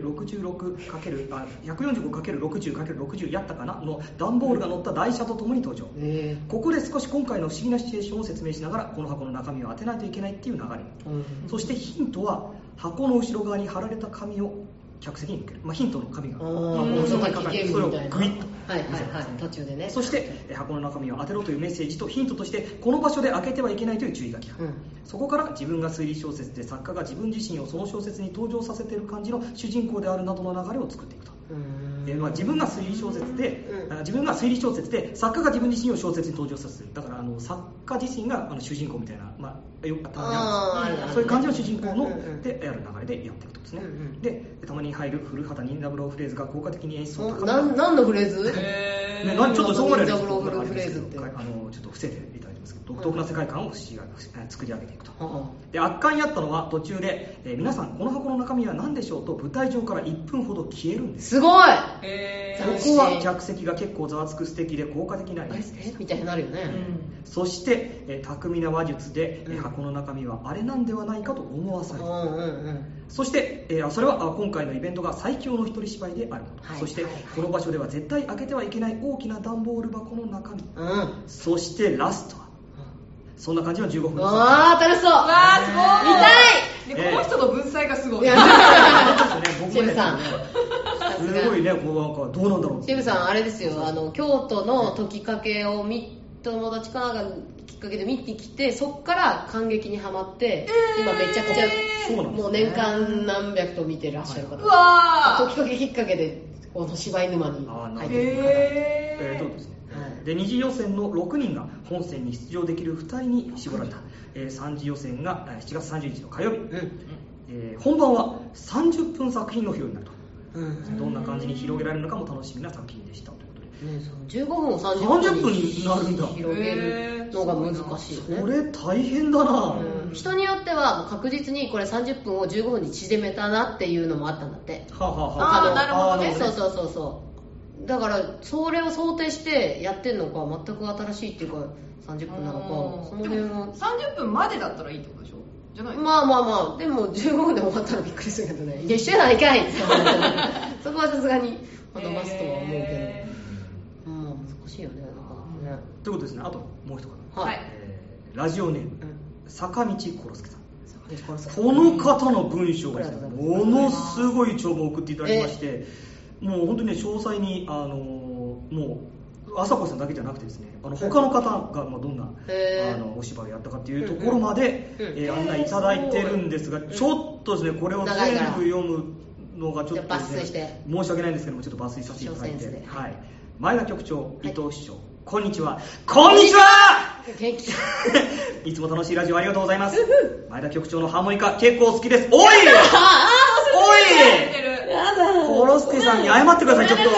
[SPEAKER 3] 145×66× あ 145×60×60 やったかなの段ボールが乗った台車とともに登場
[SPEAKER 2] へえ
[SPEAKER 3] ここで少し今回の不思議なシチュエーションを説明しながらこの箱の中身を当てないといけないっていう流れ
[SPEAKER 2] うん
[SPEAKER 3] そしてヒントは箱の後ろ側に貼られた紙を客席に向ける、まあ、ヒントの紙が
[SPEAKER 2] ああ
[SPEAKER 3] 箱の
[SPEAKER 2] 大
[SPEAKER 3] 外
[SPEAKER 2] 阪
[SPEAKER 3] にかか
[SPEAKER 2] 危
[SPEAKER 3] れて
[SPEAKER 2] 険
[SPEAKER 3] それを
[SPEAKER 2] み
[SPEAKER 3] グ
[SPEAKER 2] たい
[SPEAKER 3] イッ
[SPEAKER 2] な
[SPEAKER 3] と
[SPEAKER 2] はいはい
[SPEAKER 3] 見せるんで
[SPEAKER 2] は
[SPEAKER 3] すね
[SPEAKER 2] い途中でね
[SPEAKER 3] そしてえー箱の中身を当てろというメッセージとヒントとしてこの場所で開けてはいけないという注意書きが、
[SPEAKER 2] うん
[SPEAKER 3] そこから自分が推理小説で作家が自分自身をその小説に登場させている感じの主人公であるなどの流れを作っていくと、
[SPEAKER 2] うーん
[SPEAKER 3] えーまあ、自分が推理小説で、
[SPEAKER 2] うん
[SPEAKER 3] あ自分が推理小説で作家が自分自身を小説に登場させるだからあの作家自身があの主人公みたいな、まあ、よくたまに
[SPEAKER 2] あーあ
[SPEAKER 3] あ
[SPEAKER 2] る
[SPEAKER 3] るん
[SPEAKER 2] あるあ
[SPEAKER 3] ですよ
[SPEAKER 2] る
[SPEAKER 3] そういう感じの主人公の、
[SPEAKER 2] うんうんうん
[SPEAKER 3] でやる流れでやっていくとですね、
[SPEAKER 2] うんうん
[SPEAKER 3] でたまに入る古畑任三郎フレーズが効果的に演出を
[SPEAKER 2] お
[SPEAKER 3] 高め
[SPEAKER 2] な
[SPEAKER 3] る
[SPEAKER 2] ん何のフレーズ
[SPEAKER 4] へ
[SPEAKER 3] ね、
[SPEAKER 4] ー
[SPEAKER 3] なんちょっとそこまで
[SPEAKER 2] なん
[SPEAKER 3] ち
[SPEAKER 2] か
[SPEAKER 3] ょっと
[SPEAKER 2] ブログフレーズって
[SPEAKER 3] あのちょっと伏せていただいてますけど独特な世界観を詩が作り上げていくと。
[SPEAKER 2] は
[SPEAKER 3] で圧巻にあったのは途中で、えー皆さんこの箱の中身は何でしょうと舞台上から1分ほど消えるん
[SPEAKER 2] あ
[SPEAKER 3] です
[SPEAKER 2] すごい
[SPEAKER 4] へ
[SPEAKER 3] こ
[SPEAKER 2] 斬
[SPEAKER 4] ー
[SPEAKER 2] 新
[SPEAKER 3] こは客席が結構ざわつく素敵で効果的な演出で
[SPEAKER 2] え
[SPEAKER 3] した
[SPEAKER 2] みたいになるよね、
[SPEAKER 4] うん
[SPEAKER 3] そして、えー巧みな話術で、えー
[SPEAKER 2] うん
[SPEAKER 3] 箱の中身はあれなんではないかと思わ
[SPEAKER 2] う
[SPEAKER 3] された
[SPEAKER 2] んうんうん
[SPEAKER 3] そして、えーそれはあ今回のイベントが最強の一人芝居であること、
[SPEAKER 2] はい
[SPEAKER 3] そして、
[SPEAKER 2] はいはい
[SPEAKER 3] この場所では絶対開けてはいけない大きな段ボール箱の中身
[SPEAKER 2] うんうん
[SPEAKER 3] そしてラストはそんな感じの15分です
[SPEAKER 2] ああ楽しそう
[SPEAKER 4] うわーすごい
[SPEAKER 3] 見
[SPEAKER 4] で
[SPEAKER 3] たい
[SPEAKER 4] この人の文才がすご
[SPEAKER 2] い
[SPEAKER 4] い
[SPEAKER 2] や
[SPEAKER 3] そうです
[SPEAKER 2] シェ
[SPEAKER 3] よね僕もね
[SPEAKER 2] フさん
[SPEAKER 3] すごいねこうなんかどうなんだろう
[SPEAKER 2] シェフさんあれですよあの京都の解きかけをみ友達かなんかきっかけで見てきてそっから感激にはまって、今めちゃくちゃ、
[SPEAKER 3] そうなんですね
[SPEAKER 2] もう年間何百と見てらっしゃる方、
[SPEAKER 4] うわ
[SPEAKER 2] 解きかけきっかけでこの芝居沼に入
[SPEAKER 4] ー
[SPEAKER 2] っ
[SPEAKER 3] あーなる
[SPEAKER 2] て
[SPEAKER 3] ほ
[SPEAKER 2] る
[SPEAKER 3] ど
[SPEAKER 4] へ
[SPEAKER 3] えー
[SPEAKER 4] ー
[SPEAKER 3] とですね
[SPEAKER 2] はい
[SPEAKER 3] で二次予選の6人が本戦に出場できる2人に絞られた、えー三次予選がえー7月30日の火曜日、えー本番は30分作品の披露になると
[SPEAKER 2] うん、うん
[SPEAKER 3] どんな感じに広げられるのかも楽しみな作品でしたということで
[SPEAKER 2] ね、その15分を30
[SPEAKER 3] 30分になるんだ
[SPEAKER 2] 広げるのが難しいよね
[SPEAKER 3] これ大変だな、
[SPEAKER 2] うん人によってはもう確実にこれ30分を15分に縮めたなっていうのもあったんだって
[SPEAKER 3] はあはあは
[SPEAKER 4] あー
[SPEAKER 2] 他の
[SPEAKER 4] なるほどね
[SPEAKER 3] あー
[SPEAKER 2] そ
[SPEAKER 3] な
[SPEAKER 2] うそうそうそうだからそれを想定してやってんのか全く新しいっていうか30分なのかその辺
[SPEAKER 4] でも
[SPEAKER 2] は
[SPEAKER 4] 30分までだったらいいってことでしょじゃない
[SPEAKER 2] まあまあまあでも15分で終わったらびっくりするけどねいや一緒やないかいって思ってそこはさすがにまあ伸ばすとは思うけど、
[SPEAKER 4] へ
[SPEAKER 2] うん難しいよねなかなかね
[SPEAKER 3] ということですねあともう一方、
[SPEAKER 4] はい
[SPEAKER 3] えーラジオネーム
[SPEAKER 2] うん
[SPEAKER 3] 坂道コロスケさん
[SPEAKER 2] でこれさ
[SPEAKER 3] この方の文章がですね
[SPEAKER 2] ありがとうござ
[SPEAKER 3] も
[SPEAKER 2] いま
[SPEAKER 3] の
[SPEAKER 2] す
[SPEAKER 3] すごい長文を送っていただきましてもう本当にね詳細にあのもう朝子さんだけじゃなくてですねあの他の方がまあどんな
[SPEAKER 2] へー
[SPEAKER 3] あのお芝居をやったかっていうところまで
[SPEAKER 2] うんうん
[SPEAKER 3] えー案内いただいてるんですが
[SPEAKER 2] ん
[SPEAKER 3] ちょっとですねこれを全部読むのがちょっとです
[SPEAKER 2] じゃあ抜
[SPEAKER 3] ね
[SPEAKER 2] 粋して
[SPEAKER 3] 申し訳ないんですけどもちょっと抜粋させていただい
[SPEAKER 2] 小セ
[SPEAKER 3] て
[SPEAKER 2] ンスで
[SPEAKER 3] はい前田局長伊藤師匠こんにちは
[SPEAKER 2] こ
[SPEAKER 3] こ
[SPEAKER 2] ん
[SPEAKER 3] ん
[SPEAKER 2] に
[SPEAKER 3] に
[SPEAKER 2] ち
[SPEAKER 3] ちはい
[SPEAKER 2] 元気
[SPEAKER 3] いつも楽しいラジオありがとうございます。前田局長のハーモニカ結構好きです。 おい
[SPEAKER 4] ー
[SPEAKER 3] お
[SPEAKER 4] 似てる
[SPEAKER 2] やだ
[SPEAKER 3] いコロスケさんに謝ってください、ちょっと。
[SPEAKER 2] 次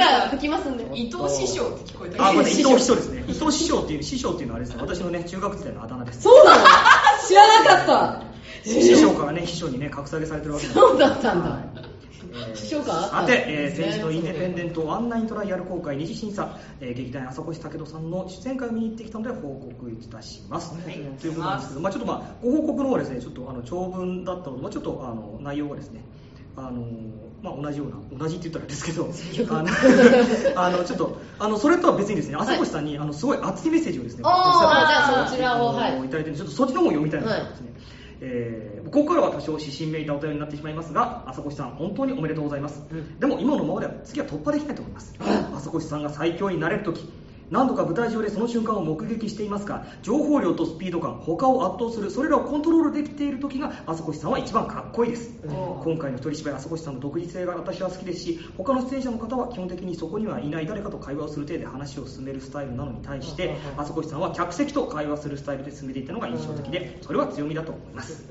[SPEAKER 2] は吹きますんで
[SPEAKER 4] 伊藤師匠って聞こえた
[SPEAKER 3] あ、ごめんなさい伊
[SPEAKER 2] 師
[SPEAKER 3] 藤
[SPEAKER 2] 匠
[SPEAKER 3] 師匠ですね。伊藤師匠っていう、師匠っていうのはあれですね、私のね、中学時代のあだ名です。
[SPEAKER 2] そうなの知らなかった
[SPEAKER 3] 師匠からね、秘書にね、格下げされてるわけなんです
[SPEAKER 2] そうだったんだ、
[SPEAKER 3] えー
[SPEAKER 2] 師匠か
[SPEAKER 3] さて、えー
[SPEAKER 2] ね
[SPEAKER 3] 先日のインデペンデントワンナイントライアル公開二次審査、えー劇団朝越武人さんの出演会を見に行ってきたので報告いたします、
[SPEAKER 2] はい
[SPEAKER 3] ということなんですけど、まあ、ちょっとまあご報告の方はですねちょっとあの長文だったので、まあ、ちょっとあの内容がですねあのまあ、同じような同じって言ったらあれですけどあのあの ちょっとあのそれとは別にですね朝越さんに、あのすごい熱いメッセージをですね
[SPEAKER 2] おーあ
[SPEAKER 4] じゃあ
[SPEAKER 2] そちらをはい
[SPEAKER 3] いただいてるんでちょっとそっちの方を読みたいなと思いますね、えーここからは多少指針めいたお便りになってしまいますが朝越さん本当におめでとうございます、
[SPEAKER 2] うん
[SPEAKER 3] でも今のままでは次は突破できないと思います朝越さんが最強になれる時何度か舞台上でその瞬間を目撃していますが情報量とスピード感他を圧倒するそれらをコントロールできている時が朝越さんは一番かっこいいです、
[SPEAKER 2] うん
[SPEAKER 3] 今回の一人芝居朝越さんの独立性が私は好きですし他の出演者の方は基本的にそこにはいない誰かと会話をする程度話を進めるスタイルなのに対して
[SPEAKER 2] うん
[SPEAKER 3] 朝越さんは客席と会話するスタイルで進めていったのが印象的でそれは強みだと思います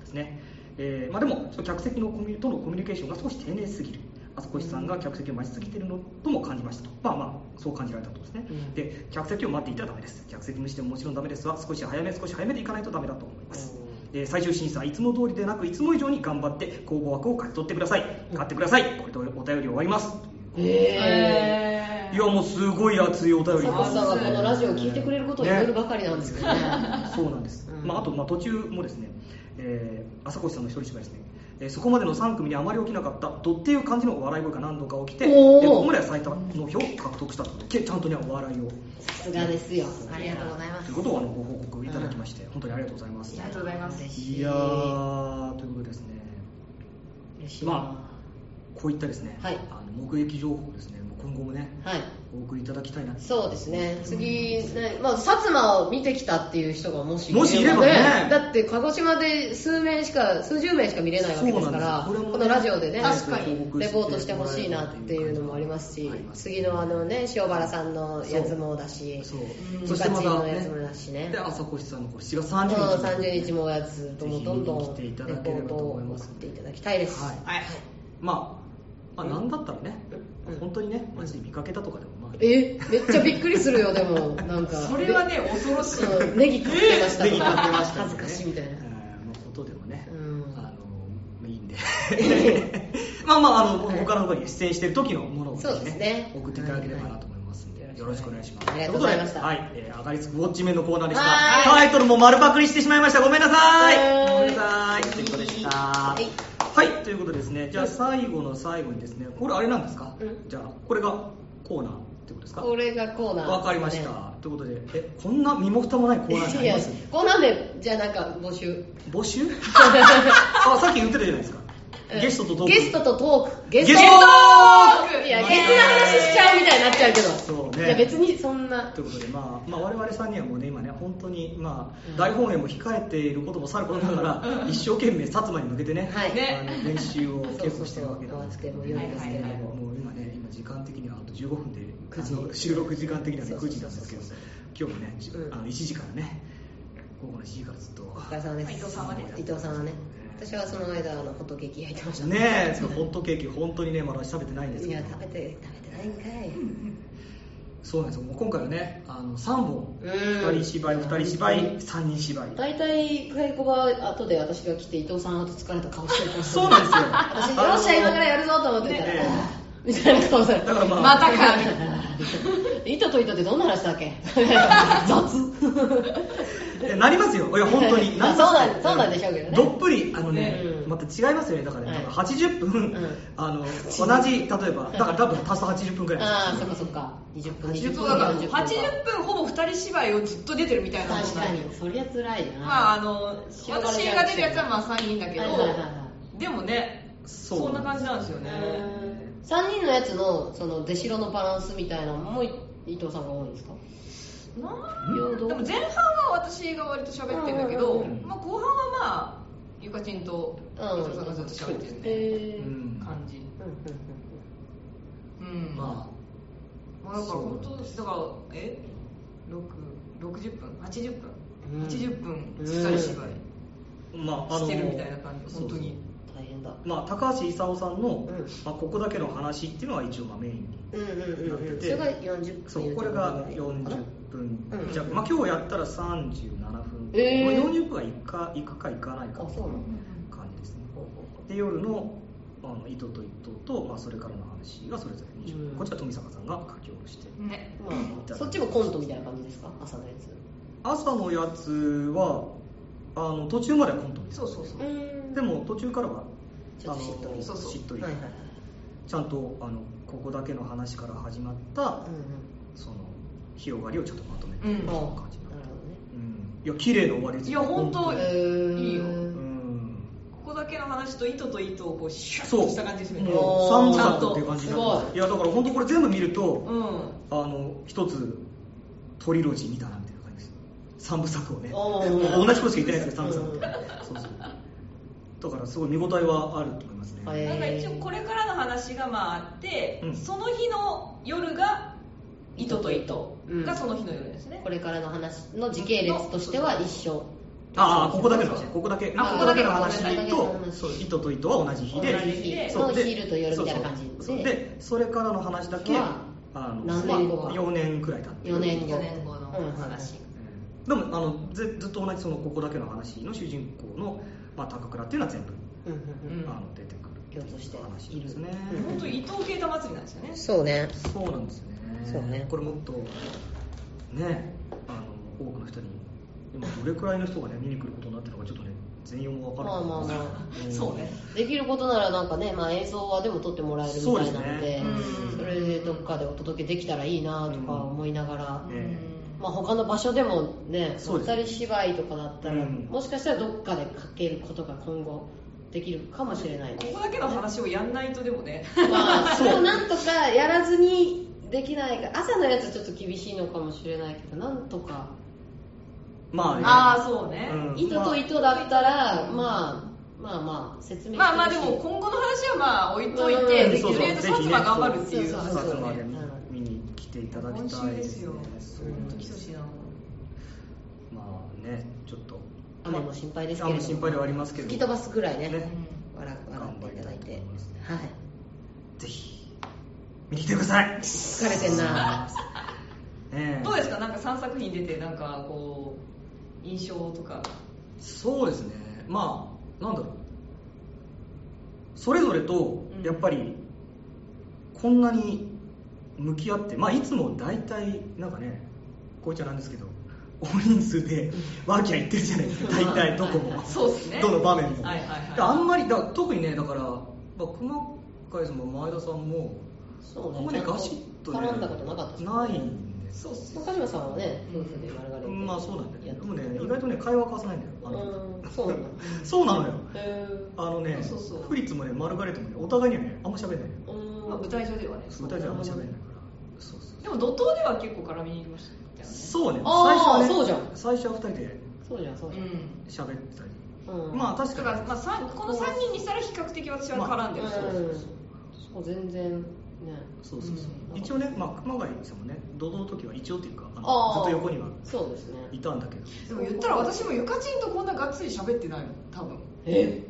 [SPEAKER 3] ですね、えーまあ、でもその客席のコミュニとのコミュニケーションが少し丁寧すぎる朝越さんが客席を待ちすぎてるのとも感じましたとまあまあそう感じられたとですね、
[SPEAKER 2] うん
[SPEAKER 3] で客席を待っていてはダメです客席無視でももちろんダメですが少し早め少し早めで行かないとダメだと思います、えー最終審査はいつも通りでなくいつも以上に頑張って公募枠を勝ち取ってください買ってくださいこれでお便り終わります
[SPEAKER 2] へえ
[SPEAKER 4] へー
[SPEAKER 3] いやもうすごい熱いお便り
[SPEAKER 2] 佐
[SPEAKER 3] が
[SPEAKER 2] 藤さんがこのラジオを聞いてくれることを祈るばかりなんですけどね
[SPEAKER 3] そうなんです、
[SPEAKER 2] うん
[SPEAKER 3] まあ、あとまあ途中もですね、えー朝越さんの一人芝居ですね、えーそこまでの3組にあまり起きなかったとっていう感じの笑い声が何度か起きてで
[SPEAKER 2] おー
[SPEAKER 3] ここまでは最多の票を獲得したとけちゃんとねお笑いを
[SPEAKER 2] さすがですよありがとうございま
[SPEAKER 3] ということをあのご報告いただきまして、本当にありがとうございます
[SPEAKER 4] ありがとうございます
[SPEAKER 2] 嬉し
[SPEAKER 3] いやーということですね
[SPEAKER 2] 嬉しいな
[SPEAKER 3] まあこういったですね、
[SPEAKER 2] はい
[SPEAKER 3] あの目撃情報をですねもう今後もね
[SPEAKER 2] はい
[SPEAKER 3] お送りいただきたいな
[SPEAKER 2] そうですね次ね、まあ、薩摩を見てきたっていう人がもし
[SPEAKER 3] もしいればね
[SPEAKER 2] だって鹿児島で数名しか数十名しか見れないわけですから
[SPEAKER 3] そうなんですよこれもね
[SPEAKER 2] このラジオでね
[SPEAKER 4] 確かに
[SPEAKER 2] レポートしてほしいなっていうのもありますし
[SPEAKER 3] あります
[SPEAKER 2] 次のあのね塩原さんのやつもだし
[SPEAKER 3] そう
[SPEAKER 4] うん
[SPEAKER 3] そしてま
[SPEAKER 2] ガチ
[SPEAKER 3] た
[SPEAKER 2] のやつも
[SPEAKER 3] ね
[SPEAKER 2] だしね
[SPEAKER 3] で朝越さんのこう7月
[SPEAKER 2] う
[SPEAKER 3] 30
[SPEAKER 2] ん
[SPEAKER 3] 日も
[SPEAKER 2] 30日もおやつともどんどんレポ
[SPEAKER 3] ぜひ見に来ていただけれ
[SPEAKER 2] ー
[SPEAKER 3] ば
[SPEAKER 2] ト
[SPEAKER 3] と
[SPEAKER 2] を
[SPEAKER 3] 思い
[SPEAKER 2] 送
[SPEAKER 3] ま
[SPEAKER 2] っ
[SPEAKER 3] す
[SPEAKER 2] ていただきたいです
[SPEAKER 3] はい
[SPEAKER 4] はい
[SPEAKER 3] まあ、まあなんだったらね、
[SPEAKER 2] うん
[SPEAKER 3] 本当にね街で見かけたとかでもまあ
[SPEAKER 2] えめっちゃびっくりするよでもなんか
[SPEAKER 4] それはね恐ろしい
[SPEAKER 2] うんネギ買ってました
[SPEAKER 3] 目にかけましたん
[SPEAKER 2] 恥ず
[SPEAKER 3] でね
[SPEAKER 2] かしいみたいな
[SPEAKER 3] えーのことでもね、
[SPEAKER 2] うん
[SPEAKER 3] あのい いんでまあまああの、
[SPEAKER 2] はい
[SPEAKER 3] 他の方に出演してる時のものをぜひ
[SPEAKER 2] そうですね
[SPEAKER 3] 送っていただければなと思いますんで、
[SPEAKER 2] はい
[SPEAKER 3] よろしくお願いします
[SPEAKER 2] ありがとうございました
[SPEAKER 3] とうことではい、えー、上がりつくウォッチメンのコーナーでした
[SPEAKER 2] はーい
[SPEAKER 3] タイトルも丸パクリしてしまいましたごめんなさい
[SPEAKER 2] はーい
[SPEAKER 3] ごめんなさいということでした
[SPEAKER 2] はい
[SPEAKER 3] はいということでですねじゃあ最後の最後にですねこれあれなんですか、
[SPEAKER 2] うん
[SPEAKER 3] じゃあこれがコーナーってことですか
[SPEAKER 2] これがコーナー
[SPEAKER 3] わかりました。ということで、え、こんな身も蓋もないコーナーにないり
[SPEAKER 2] や
[SPEAKER 3] ます
[SPEAKER 2] コーナーでじゃあなんか募集
[SPEAKER 3] 募集あ、さっき言ってたじゃないですか。 ゲストとトーク。
[SPEAKER 2] ゲストとトークゲ
[SPEAKER 3] ゲスト
[SPEAKER 2] ト
[SPEAKER 4] トーク
[SPEAKER 2] いやゲスの話しちゃうみたいになっちゃうけど
[SPEAKER 3] そうね
[SPEAKER 2] いや別にそんな
[SPEAKER 3] ということで、まあ、まあ、我々さんにはもうね、今ね、本当に、ま
[SPEAKER 2] うん
[SPEAKER 3] あ、大本営も控えていることもさることながら、 一生懸命薩摩に向けてね、
[SPEAKER 2] はい
[SPEAKER 4] ね
[SPEAKER 3] あの練習を
[SPEAKER 2] そう
[SPEAKER 3] 結
[SPEAKER 2] そ
[SPEAKER 3] 構
[SPEAKER 2] う
[SPEAKER 3] し
[SPEAKER 2] そ
[SPEAKER 3] て
[SPEAKER 2] う
[SPEAKER 3] るわけなんですけど、
[SPEAKER 2] お熱でも良いですけれども
[SPEAKER 3] はいはいはいもう今ね、今時間的にはあと15分で、
[SPEAKER 2] 9時
[SPEAKER 3] あの収録時間的にはね
[SPEAKER 2] そうそ
[SPEAKER 3] 9
[SPEAKER 2] う
[SPEAKER 3] 時な
[SPEAKER 2] そうんそう
[SPEAKER 3] ですけど、今日もね、じ
[SPEAKER 2] うん
[SPEAKER 3] あの1時からね、午後の1時からずっと。
[SPEAKER 2] お疲れ様です
[SPEAKER 4] 伊藤さんはね
[SPEAKER 2] 伊藤さんはね私はその間あのホットケーキ焼いてました
[SPEAKER 3] ねえ、そのホットケーキ、本当にね、まだ食べてないんです
[SPEAKER 2] い
[SPEAKER 3] け
[SPEAKER 2] や
[SPEAKER 3] ど、
[SPEAKER 2] 食べて食べてないんかい
[SPEAKER 3] そうなんですよ、もう今回はね、あの3本、
[SPEAKER 2] うん
[SPEAKER 3] 2人芝居、2人芝居、3人芝居、
[SPEAKER 2] 大体稽古場後で私が来て伊藤さんあと疲れた顔してるから
[SPEAKER 3] そうなんですよ、
[SPEAKER 2] 私
[SPEAKER 3] あの
[SPEAKER 2] よっしゃ今からやるぞと思ってたら、
[SPEAKER 3] ね
[SPEAKER 2] みたいな顔されて
[SPEAKER 3] だからまあ、
[SPEAKER 4] またか みたいな
[SPEAKER 2] 糸と糸ってどんな話だっけ 雑
[SPEAKER 3] えなりますよ、いや、本当に、
[SPEAKER 2] まあ
[SPEAKER 3] すか
[SPEAKER 2] そうなんそうなんでしょうけどね
[SPEAKER 3] どっぷり、あのね
[SPEAKER 2] う、ん
[SPEAKER 3] また違いますよね、だからね、
[SPEAKER 2] はい
[SPEAKER 3] だから80分、
[SPEAKER 2] うん
[SPEAKER 3] あの同じ、例えば、だから多分足す80分くらい
[SPEAKER 2] ああ
[SPEAKER 3] です
[SPEAKER 2] そっ
[SPEAKER 3] よ
[SPEAKER 2] かそっか20分
[SPEAKER 3] 80
[SPEAKER 2] 20
[SPEAKER 4] そ
[SPEAKER 2] 分
[SPEAKER 4] うだから
[SPEAKER 2] 40分
[SPEAKER 4] 80分ほぼ二人芝居をずっと出てるみたいなもん
[SPEAKER 2] 確かにそりゃ辛いな
[SPEAKER 4] まああの私が出るやつはまあ3人だけど、
[SPEAKER 2] はいはいはいはい
[SPEAKER 4] でもねそ
[SPEAKER 3] そうなん
[SPEAKER 4] んな感
[SPEAKER 3] ですよ
[SPEAKER 4] じなんですよね
[SPEAKER 2] 3人のやつのその出城のバランスみたいなのもい伊藤さんが多いんですか
[SPEAKER 4] な
[SPEAKER 2] 平
[SPEAKER 4] で
[SPEAKER 2] 等
[SPEAKER 4] も前半は私が割と喋ってるんだけど、
[SPEAKER 2] うん
[SPEAKER 3] うんうん
[SPEAKER 4] まあ、後半はまあゆかちんと伊藤さんがずっと喋ってるみたい
[SPEAKER 2] えー
[SPEAKER 3] う
[SPEAKER 2] うん
[SPEAKER 3] ん
[SPEAKER 4] な感じうん
[SPEAKER 3] ま
[SPEAKER 4] まあだから本当だからえ六60分80分、
[SPEAKER 2] うん
[SPEAKER 4] 80分
[SPEAKER 2] うん
[SPEAKER 4] 二人芝居
[SPEAKER 3] あ、まあ、あの
[SPEAKER 4] してるみたいな感じ、本当に
[SPEAKER 2] 大変だ
[SPEAKER 3] まあ、高橋勲さんの、
[SPEAKER 2] うん
[SPEAKER 3] まあ、ここだけの話っていうのは一応まあメインに
[SPEAKER 2] うんうんうんうんそれが40分
[SPEAKER 3] そうこれが40
[SPEAKER 2] う
[SPEAKER 3] 分
[SPEAKER 2] ん
[SPEAKER 3] じゃまあ、今日やったら37分、
[SPEAKER 2] えー
[SPEAKER 3] まあ、40分はいくかいくかいかないか
[SPEAKER 2] あ
[SPEAKER 3] ってい
[SPEAKER 2] そうなの
[SPEAKER 3] う感じですねで夜のあの糸と糸と、まあ、それからの話がそれぞれ20分、
[SPEAKER 2] うん
[SPEAKER 3] こっちは富坂さんが書き下ろして
[SPEAKER 4] ね
[SPEAKER 2] まあそっちもコントみたいな感じですか朝のやつ
[SPEAKER 3] 朝のやつはあの途中まではコントです
[SPEAKER 4] そうそうそう、
[SPEAKER 2] ん
[SPEAKER 3] でも途中からは
[SPEAKER 2] ちょっとしっとり
[SPEAKER 3] あの
[SPEAKER 2] そう
[SPEAKER 4] そう
[SPEAKER 3] しっとり
[SPEAKER 2] はいはいはい
[SPEAKER 3] ちゃんとあのここだけの話から始まった
[SPEAKER 2] うんうん
[SPEAKER 3] その広がりをちょっとまとめて
[SPEAKER 4] うん
[SPEAKER 3] る
[SPEAKER 2] ああ
[SPEAKER 3] 感じにな
[SPEAKER 2] な
[SPEAKER 3] っ
[SPEAKER 2] る
[SPEAKER 3] て
[SPEAKER 2] ほどね
[SPEAKER 3] うんいや綺麗な終わりです
[SPEAKER 4] いや本当
[SPEAKER 3] う
[SPEAKER 4] えーいいよ
[SPEAKER 3] ん
[SPEAKER 4] ここだけの話と糸と糸をこうシュッ
[SPEAKER 3] そ
[SPEAKER 4] と
[SPEAKER 3] う
[SPEAKER 4] した感じですよね
[SPEAKER 3] もう
[SPEAKER 2] おー
[SPEAKER 3] 三部作っていう感じになってますいやだから本当これ全部見ると
[SPEAKER 4] うん
[SPEAKER 3] あの一つトリロジー見たなみたいな感じです三部作をね
[SPEAKER 2] おー
[SPEAKER 3] もう同じことしか言ってないですけど三部作
[SPEAKER 2] う
[SPEAKER 3] っ
[SPEAKER 2] ん
[SPEAKER 3] て そうそうだからすごい見応えはあると思いますね
[SPEAKER 2] はい
[SPEAKER 4] なんか一応これからの話がまああって、
[SPEAKER 3] うん
[SPEAKER 4] その日の夜が糸と糸
[SPEAKER 2] うん
[SPEAKER 4] がその日の夜ですね、
[SPEAKER 2] これからの話の時系列としては一緒
[SPEAKER 3] ああここだけの話ここだけ
[SPEAKER 4] あここだけの話
[SPEAKER 3] とそう糸と糸は同じ日で
[SPEAKER 2] 同じ日で
[SPEAKER 3] そう
[SPEAKER 2] の昼と夜みたいな感じで
[SPEAKER 3] そうそうそうでそれからの話だけ
[SPEAKER 2] は
[SPEAKER 3] あの
[SPEAKER 2] 何
[SPEAKER 4] 年後か
[SPEAKER 3] 4年くらい経ってる
[SPEAKER 2] 4年後
[SPEAKER 4] 4年後の話
[SPEAKER 3] でもあのずずっと同じそのここだけの話の主人公の、まあ、高倉っていうのは全部、
[SPEAKER 2] うんうんうんうん
[SPEAKER 4] うん
[SPEAKER 3] あの出てくる
[SPEAKER 2] 共通している
[SPEAKER 3] 話ですね、
[SPEAKER 2] うん
[SPEAKER 4] 本当伊藤啓太祭りなんですよね
[SPEAKER 2] そうね
[SPEAKER 3] そうなんですよね
[SPEAKER 2] そうね
[SPEAKER 3] これもっとねあの多くの人に今どれくらいの人がね見に来ることになってるのかちょっとね全容も分からない
[SPEAKER 2] まあまあま
[SPEAKER 3] ん
[SPEAKER 4] そうね
[SPEAKER 2] できることならなんかね、まあ、映像はでも撮ってもらえるみたいなので
[SPEAKER 4] そうですねうん
[SPEAKER 2] それでどっかでお届けできたらいいなとか思いながら、
[SPEAKER 3] ね
[SPEAKER 2] まあ、他の場所でもね
[SPEAKER 3] そう
[SPEAKER 2] 二
[SPEAKER 3] です
[SPEAKER 2] 人芝居とかだったら、
[SPEAKER 3] うん
[SPEAKER 2] もしかしたらどっかでかけることが今後できるかもしれ ないです
[SPEAKER 4] ここだけの話をやんないとでもね
[SPEAKER 2] まあ、それをなんとかやらずにできないか朝のやつちょっと厳しいのかもしれないけどなんとか
[SPEAKER 3] ま
[SPEAKER 4] あ
[SPEAKER 3] あ、
[SPEAKER 4] あそうね、
[SPEAKER 3] うん
[SPEAKER 2] 糸と糸だったら、まあ、まあまあ説明
[SPEAKER 4] まあまあで
[SPEAKER 2] して
[SPEAKER 4] も
[SPEAKER 2] ほしい
[SPEAKER 4] 今後の話はまあ置いといて、
[SPEAKER 2] うん
[SPEAKER 4] できるやつ薩摩頑張るっていう
[SPEAKER 2] そう
[SPEAKER 4] 話
[SPEAKER 2] そうそう
[SPEAKER 4] だ
[SPEAKER 3] 薩
[SPEAKER 4] よ
[SPEAKER 3] 摩で
[SPEAKER 4] ね
[SPEAKER 3] 見に来ていただ
[SPEAKER 4] 今
[SPEAKER 3] きたい
[SPEAKER 4] 週
[SPEAKER 3] で
[SPEAKER 4] ですす
[SPEAKER 3] ね
[SPEAKER 4] よ本当来てほしいな
[SPEAKER 3] まあねちょっと
[SPEAKER 2] 雨も心配ですけれども
[SPEAKER 3] 雨心配ではありますけど
[SPEAKER 2] 吹き飛ばすぐらいね
[SPEAKER 3] ね
[SPEAKER 2] 笑笑っていただいて
[SPEAKER 3] 頑張りたいと思います
[SPEAKER 2] はい
[SPEAKER 3] ぜひ見に来てください
[SPEAKER 2] 疲れてんな
[SPEAKER 3] ねえ
[SPEAKER 4] どうですかなんか3作品出てなんかこう印象とか
[SPEAKER 3] そうですねまあなんだろうそれぞれと
[SPEAKER 4] うん
[SPEAKER 3] やっぱりこんなに向き合って、まあいつも大体なんかねこういっちゃなんですけど大人数でワーキャー言ってるじゃないです か大体どこも
[SPEAKER 4] そうですね
[SPEAKER 3] どの場面も、
[SPEAKER 4] はいはいはい
[SPEAKER 3] であんまりだ特にねだから、まあ、熊谷さんも前田さんも
[SPEAKER 2] そう
[SPEAKER 3] あんまりガシッと、ね、
[SPEAKER 2] 絡んだことなかったです
[SPEAKER 3] ないんです
[SPEAKER 4] そうっすよ
[SPEAKER 2] 中島さんはね夫婦で丸々
[SPEAKER 3] うんまあそうなんだよね
[SPEAKER 2] やっ
[SPEAKER 3] で
[SPEAKER 2] て
[SPEAKER 3] もね意外とね会話交わさないんだよあの
[SPEAKER 2] うんそうなんだ
[SPEAKER 3] そうなのよ
[SPEAKER 2] へ
[SPEAKER 3] あのね
[SPEAKER 4] そうそうそう
[SPEAKER 3] フリッツもねマルガレットもねお互いにはねあんま喋んないのよ
[SPEAKER 2] ーうん
[SPEAKER 4] まあ舞台上ではね
[SPEAKER 3] 舞台ではあんま喋んないからそうそう
[SPEAKER 4] でも怒涛では結構絡みにいましたよね
[SPEAKER 3] そうね
[SPEAKER 2] あー
[SPEAKER 3] 最初はね
[SPEAKER 2] そうじゃん
[SPEAKER 3] 最初は2人で
[SPEAKER 2] そうじゃんそうじ
[SPEAKER 4] ん
[SPEAKER 3] 喋ったり
[SPEAKER 2] ゃん、うん
[SPEAKER 3] まあ
[SPEAKER 4] だ
[SPEAKER 3] 確
[SPEAKER 4] から
[SPEAKER 3] か、
[SPEAKER 4] まあ、さんこの3人にしたら比較的私は絡んでる、
[SPEAKER 2] まあ
[SPEAKER 4] そうそうそう
[SPEAKER 2] そう全然ね
[SPEAKER 3] にそうそうそう
[SPEAKER 2] うん
[SPEAKER 3] 一応ねまあ熊谷さんもね堂々の時は一応っていうかあ
[SPEAKER 2] あ
[SPEAKER 3] の
[SPEAKER 2] ー
[SPEAKER 3] ずっと横には
[SPEAKER 2] そうですね
[SPEAKER 3] いたんだけど
[SPEAKER 4] でも言ったら私もゆかちんとこんながっつり喋ってないの多分
[SPEAKER 2] え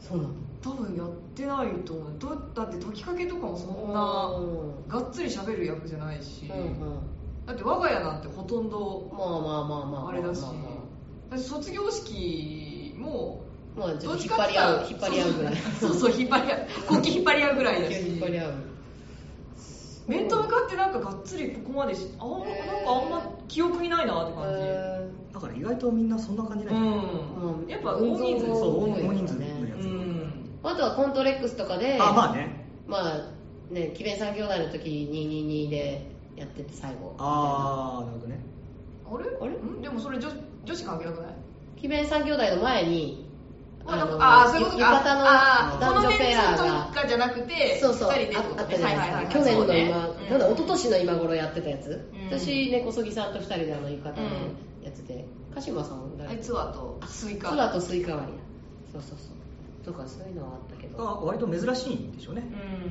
[SPEAKER 2] そうなの
[SPEAKER 4] 多分やってないと思うどうだって解きかけとかもそん
[SPEAKER 2] う
[SPEAKER 4] なんがっつり喋る役じゃないし、
[SPEAKER 2] うんうん
[SPEAKER 4] だって我が家なんてほとんど
[SPEAKER 2] まあまあまあまあ
[SPEAKER 4] あれだし
[SPEAKER 2] まあま
[SPEAKER 4] 私卒業式も
[SPEAKER 2] あまあまあちょ
[SPEAKER 4] ど
[SPEAKER 2] っ
[SPEAKER 4] っ
[SPEAKER 2] と
[SPEAKER 4] ち
[SPEAKER 2] 引っ
[SPEAKER 4] か
[SPEAKER 2] 張
[SPEAKER 4] て
[SPEAKER 2] り合う引っ張り合うぐらい
[SPEAKER 4] そうそうそう引っ張り合う国旗引っ張り合うぐらいだし
[SPEAKER 2] 引っ張り合う
[SPEAKER 4] 面と向かってなんかがっつりここまでしあんなんかあんま記憶にないなって感じ、
[SPEAKER 2] え
[SPEAKER 3] だから意外とみんなそんな感じない
[SPEAKER 4] うん、やっぱ大人数
[SPEAKER 2] うん
[SPEAKER 3] そう大大人数のや
[SPEAKER 4] う
[SPEAKER 3] つ、
[SPEAKER 4] ん
[SPEAKER 2] ーあとはコントレックスとかで
[SPEAKER 3] あまあね
[SPEAKER 2] まあね奇弁三兄弟の時222でやってて最後
[SPEAKER 3] ああなるほどね
[SPEAKER 4] あれ
[SPEAKER 2] あれ
[SPEAKER 4] んでもそれ女女子関係なくない
[SPEAKER 2] 奇弁三兄弟の前に
[SPEAKER 4] あ
[SPEAKER 2] の
[SPEAKER 4] あそういうこと
[SPEAKER 2] ゆ浴
[SPEAKER 4] か
[SPEAKER 2] 衣の
[SPEAKER 4] あー
[SPEAKER 2] 男女ペア
[SPEAKER 4] このメンツ
[SPEAKER 2] が
[SPEAKER 4] とかじゃなくて
[SPEAKER 2] そうそうああ
[SPEAKER 4] 二人でってこ
[SPEAKER 2] っ
[SPEAKER 4] と
[SPEAKER 2] たじ
[SPEAKER 4] ね
[SPEAKER 2] ゃ
[SPEAKER 4] はい
[SPEAKER 2] な
[SPEAKER 4] はいい
[SPEAKER 2] で
[SPEAKER 4] は
[SPEAKER 2] す
[SPEAKER 4] い
[SPEAKER 2] か去年の今
[SPEAKER 4] そうね
[SPEAKER 2] なんだ一昨年の今頃やってたやつ
[SPEAKER 4] うん
[SPEAKER 2] 私根こそぎさんと二人であの浴衣のやつで鹿島さん
[SPEAKER 4] うん
[SPEAKER 2] 誰
[SPEAKER 4] あいつはとスイカ
[SPEAKER 2] 空とスイカ割りやそうそうそうとかそういうのはあったけ
[SPEAKER 3] あ
[SPEAKER 2] ど
[SPEAKER 3] 割と珍しいんでしょうね、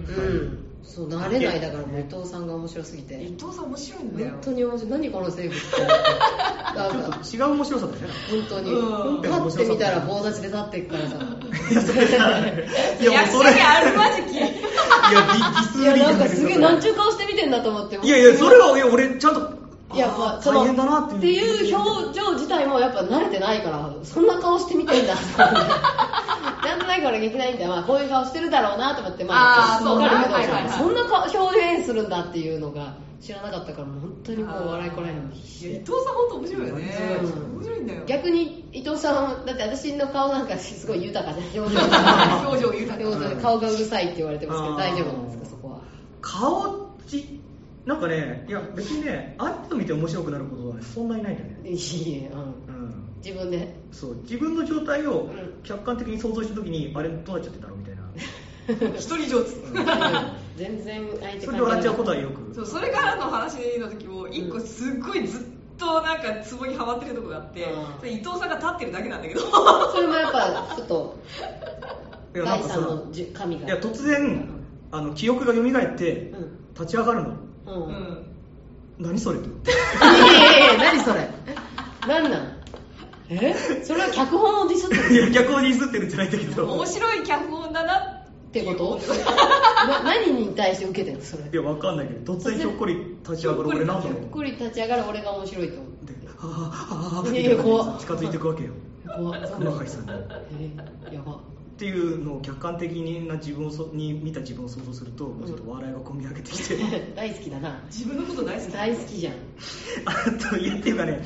[SPEAKER 4] う
[SPEAKER 2] うんそう慣れないだからもう伊藤さんが面白すぎ
[SPEAKER 4] ん伊
[SPEAKER 2] て
[SPEAKER 4] 藤さん面白いんだよ
[SPEAKER 2] 本当に面白い何この 生物って思ってなん
[SPEAKER 3] ちょっと
[SPEAKER 2] か
[SPEAKER 3] 違う面白さだよね
[SPEAKER 2] 本当
[SPEAKER 4] うん
[SPEAKER 2] に立ってみたら棒立ちで立ってっからさ
[SPEAKER 3] いやそれいや
[SPEAKER 4] 役者
[SPEAKER 3] もうそれい
[SPEAKER 4] に
[SPEAKER 3] や
[SPEAKER 4] あるまじき
[SPEAKER 3] ディディス
[SPEAKER 2] い
[SPEAKER 3] り
[SPEAKER 2] や
[SPEAKER 3] じゃ
[SPEAKER 2] なん
[SPEAKER 3] な
[SPEAKER 2] か
[SPEAKER 3] いです
[SPEAKER 2] す
[SPEAKER 3] よ
[SPEAKER 2] げえなんちゅう顔して見てんだと思って
[SPEAKER 3] いやいやそれはいや俺ちゃんと
[SPEAKER 2] いや
[SPEAKER 3] あー
[SPEAKER 2] まあその
[SPEAKER 3] 大変だなっていう
[SPEAKER 2] っていう表情自体もやっぱ慣れてないからそんな顔してみてんだと思ってなんとなく俺劇団員って、まあ、こういう顔してるだろうなと思って、まあ、
[SPEAKER 4] あーそう
[SPEAKER 2] わかるけど、
[SPEAKER 4] はいはいはい
[SPEAKER 2] そんな顔表現するんだっていうのが知らなかったからもう本当にもう笑いこらえるのに必死
[SPEAKER 4] いや伊
[SPEAKER 2] で
[SPEAKER 4] 藤さん本当面白いよね
[SPEAKER 2] うん
[SPEAKER 4] 面白いんだよ
[SPEAKER 2] 逆に伊藤さんはだって私の顔なんかすごい豊かじゃん表情
[SPEAKER 4] 表情 豊か
[SPEAKER 2] 表情で顔がうるさいって言われてますけ
[SPEAKER 3] あ
[SPEAKER 2] ど
[SPEAKER 3] ー
[SPEAKER 2] 大丈夫なんですかそこは
[SPEAKER 3] 顔ちなんかねいや別にねあっと見て面白くなることはねそんなにないんだよね
[SPEAKER 2] いいえ、うん、
[SPEAKER 3] うん
[SPEAKER 2] 自分で
[SPEAKER 3] そう自分の状態を
[SPEAKER 2] うん
[SPEAKER 3] 客観的に想像した時にあれどうなっちゃってんだろうみたいな
[SPEAKER 4] 一人上手
[SPEAKER 2] 全然相手
[SPEAKER 3] それで笑っちゃうことはよ
[SPEAKER 4] そう
[SPEAKER 3] く
[SPEAKER 4] それからの話の時も一個すっごいずっとなんかツボにはまってるとこがあって、
[SPEAKER 2] うん
[SPEAKER 4] それ伊藤さんが立ってるだけなんだけど
[SPEAKER 2] それもやっぱちょっと
[SPEAKER 3] いやな
[SPEAKER 2] 第
[SPEAKER 3] んかさ
[SPEAKER 2] 三のじゅ神が
[SPEAKER 3] いや突然あの記憶が蘇って
[SPEAKER 2] うん
[SPEAKER 3] 立ち上がるの
[SPEAKER 2] うん、
[SPEAKER 4] う
[SPEAKER 2] い
[SPEAKER 4] ん
[SPEAKER 3] 何それと思 って
[SPEAKER 2] やいやいや何それ何なんえそれは脚本をディスってる
[SPEAKER 3] いや逆にディスってるんじゃないんだけど
[SPEAKER 4] 面白い脚本だな
[SPEAKER 2] ってことな何に対して受けてるのそれ
[SPEAKER 3] いやわかんないけど突然ひょっこり立ち上
[SPEAKER 4] ひょっこ
[SPEAKER 3] がる
[SPEAKER 4] り
[SPEAKER 3] 俺なんだ
[SPEAKER 4] ひ
[SPEAKER 3] ろ
[SPEAKER 4] ょ
[SPEAKER 3] う
[SPEAKER 2] ゆっくり立ち上がる俺が面白いと思
[SPEAKER 3] で「あーあーあーあー」
[SPEAKER 2] いやいや
[SPEAKER 3] みたいな感じで近づいていくわけよ
[SPEAKER 2] う怖っ
[SPEAKER 3] 熊谷さんに。っ
[SPEAKER 2] えやば
[SPEAKER 3] ていうのを客観的な自分をそに見た自分を想像すると
[SPEAKER 2] ん
[SPEAKER 3] ちょっと笑いがこみ上げてきて
[SPEAKER 2] 大好きだな
[SPEAKER 4] 自分のこと大好き
[SPEAKER 2] 大好きじゃん
[SPEAKER 3] あといやっていうかね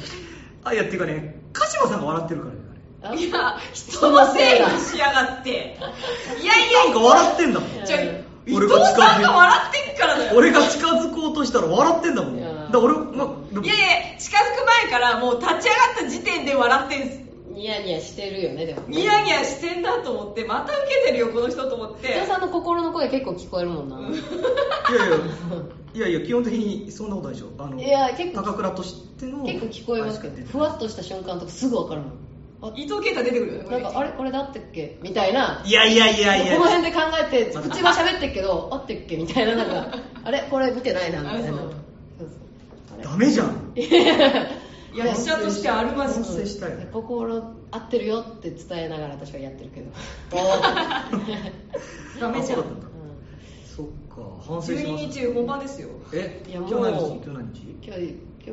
[SPEAKER 3] あいやっていうかね鹿島さんが笑ってるからねあれ
[SPEAKER 2] あ
[SPEAKER 4] いや人のせいにしやが っていやい
[SPEAKER 3] なんか笑ってんだもん
[SPEAKER 4] やじゃあ伊
[SPEAKER 3] 俺
[SPEAKER 4] 藤
[SPEAKER 3] が使う
[SPEAKER 4] さんが笑ってっからだよ
[SPEAKER 3] 俺が近づこうとしたら笑ってんだもん
[SPEAKER 2] いや
[SPEAKER 3] だ
[SPEAKER 2] ー
[SPEAKER 3] から俺、ま、
[SPEAKER 4] いやいや近づく前からもう立ち上がった時点で笑ってんす
[SPEAKER 2] ニヤニヤしてるよねでも
[SPEAKER 4] ニヤニヤしてんだと思ってまた受けてるよこの人と思って
[SPEAKER 2] 人さんの心の声結構聞こえるもんな、
[SPEAKER 3] いやいや、いやいや、基本的にそんなことないでしょ。あの、
[SPEAKER 2] いや結構
[SPEAKER 3] 高倉としての。
[SPEAKER 2] 結構聞こえますけどふわっとした瞬間とかすぐ分かるもんあ
[SPEAKER 4] 伊藤健太出てくるよね
[SPEAKER 2] なんかあれこれだったっけみたいない
[SPEAKER 3] やいやいやいや。
[SPEAKER 2] この辺で考えて口は喋ってっけどあってっけみたいななんかあれこれ見てないなみた
[SPEAKER 4] あ
[SPEAKER 2] いな
[SPEAKER 4] そう
[SPEAKER 2] そうそう
[SPEAKER 3] ダメじゃん。
[SPEAKER 4] いや役者としてあるまじ
[SPEAKER 3] 反省したよ
[SPEAKER 2] やっぱ心合ってるよって伝えながら私はやってるけど、
[SPEAKER 4] ダメじゃ
[SPEAKER 3] あそうだった
[SPEAKER 4] ん
[SPEAKER 2] う
[SPEAKER 3] だそっか、反省し
[SPEAKER 4] 12
[SPEAKER 3] まし
[SPEAKER 4] 日本番ですよ
[SPEAKER 3] た。え、
[SPEAKER 2] いやもう
[SPEAKER 3] 今日何日今日何日
[SPEAKER 2] ん今日今日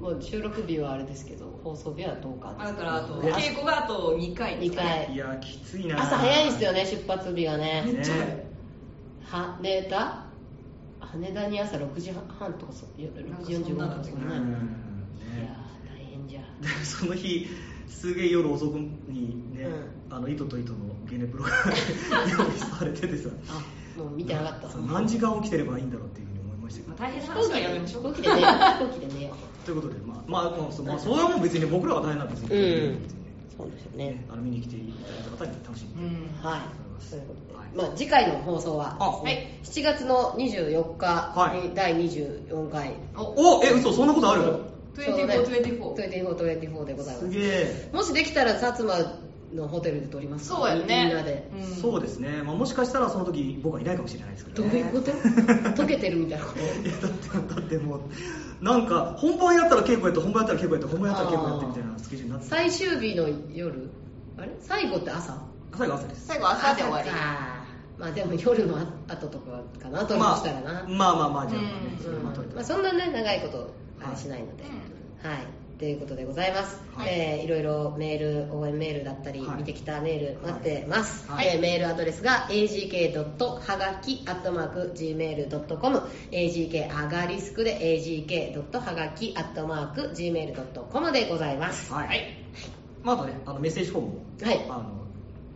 [SPEAKER 2] もう収録日はあれですけど放送日はどうか
[SPEAKER 4] あだからあと
[SPEAKER 2] いや
[SPEAKER 4] 稽古があと2回
[SPEAKER 2] 2回
[SPEAKER 3] いや、きついな。
[SPEAKER 2] 朝早いんですよね出発日がね
[SPEAKER 4] めっちゃ早い
[SPEAKER 3] ね
[SPEAKER 2] 羽田羽田に朝6時半とかそういや6時45分とかそ
[SPEAKER 3] うん
[SPEAKER 2] な
[SPEAKER 3] ん
[SPEAKER 2] ねいや
[SPEAKER 3] ね
[SPEAKER 2] ー大変じゃん
[SPEAKER 3] でその日、すげえ夜遅くにね、
[SPEAKER 2] う
[SPEAKER 3] あの、糸と糸のゲネプロが 用意されててさ。
[SPEAKER 2] あもう見てなかった
[SPEAKER 3] そう何時間起きてればいいんだろうっていうふうに思いましたけ
[SPEAKER 4] ま
[SPEAKER 3] ど
[SPEAKER 4] あ。大変な
[SPEAKER 2] 飛
[SPEAKER 4] 話は
[SPEAKER 2] 行機
[SPEAKER 4] や
[SPEAKER 2] で
[SPEAKER 4] め
[SPEAKER 2] ね
[SPEAKER 4] まし
[SPEAKER 2] 飛
[SPEAKER 4] ょう
[SPEAKER 2] 行機でね飛行機でね
[SPEAKER 3] ということで、まあ、まあ、まあ、そまあ、それはもう別に僕らは大変なんですけど
[SPEAKER 2] うんそうですよね
[SPEAKER 3] ね、あの見に来ていただいた方に楽しん
[SPEAKER 4] う
[SPEAKER 3] で、
[SPEAKER 4] ん
[SPEAKER 2] はいそういうことで、
[SPEAKER 3] はい
[SPEAKER 2] まあ、次回の放送は、
[SPEAKER 3] あ
[SPEAKER 2] はい、7月の24日に、
[SPEAKER 3] はい
[SPEAKER 2] 第24回
[SPEAKER 3] おえ嘘そんなことある
[SPEAKER 4] 24
[SPEAKER 2] 2424 24でございますす
[SPEAKER 3] げえ、
[SPEAKER 2] もしできたら薩摩のホテルで撮ります
[SPEAKER 4] そうやね
[SPEAKER 2] みんなで
[SPEAKER 4] うん
[SPEAKER 3] そうですね、まあ、もしかしたらその時僕はいないかもしれないですけ
[SPEAKER 2] ど
[SPEAKER 3] ど
[SPEAKER 2] う
[SPEAKER 3] ね
[SPEAKER 2] いうこと溶けてるみたいなこと
[SPEAKER 3] いやだってだってもうなんか本番やったら稽古やって本番やったら稽古やって本番やったら稽古やってみたいなスケジュールになって
[SPEAKER 2] 最終日の夜あれ最後って朝
[SPEAKER 3] 最後朝です
[SPEAKER 4] 最後朝で終わり
[SPEAKER 2] 朝かまあでも夜のあ後とかかな撮りま
[SPEAKER 3] ま
[SPEAKER 2] したらな、
[SPEAKER 3] あまあまあまあじゃあ、ね
[SPEAKER 4] うん
[SPEAKER 3] それはまあ取れ
[SPEAKER 2] うんまあ、
[SPEAKER 3] たら
[SPEAKER 2] そんなね長いことあれ
[SPEAKER 3] はい
[SPEAKER 2] しないので、
[SPEAKER 4] う
[SPEAKER 2] はいということでございます、
[SPEAKER 3] はい
[SPEAKER 2] いえーいろいろメール応援メールだったり、
[SPEAKER 3] はい
[SPEAKER 2] 見てきたメール待ってます、
[SPEAKER 3] はい
[SPEAKER 2] えーメールアドレスが agk.hagaki.gmail.com agk アガリスクで agk.hagaki.gmail.com でございます
[SPEAKER 3] はい、まあ、あとねあのメッセージフォームを
[SPEAKER 2] はい
[SPEAKER 3] あの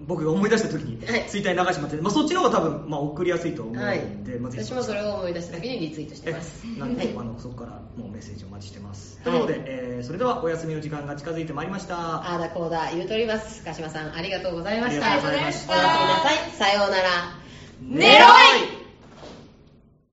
[SPEAKER 3] 僕が思い出した時に
[SPEAKER 2] はい
[SPEAKER 3] ツイッターに流してもらって、まあ、そっちの方が多分、まあ、送りやすいと思うので、
[SPEAKER 2] はい
[SPEAKER 3] まあ、ぜひ
[SPEAKER 2] 私もそれを思い出した時にリツイートしてま
[SPEAKER 3] え
[SPEAKER 2] す
[SPEAKER 3] なんで、
[SPEAKER 2] はい
[SPEAKER 3] あのそこからもうメッセージお待ちしてます、
[SPEAKER 2] はい
[SPEAKER 3] ということで、えーそれではお休みの時間が近づいてまいりました
[SPEAKER 2] あーだこうだ言うとります鹿島さんありがとうございました
[SPEAKER 3] ありがとうございました
[SPEAKER 2] おやすみなさいさようなら
[SPEAKER 3] 寝ろ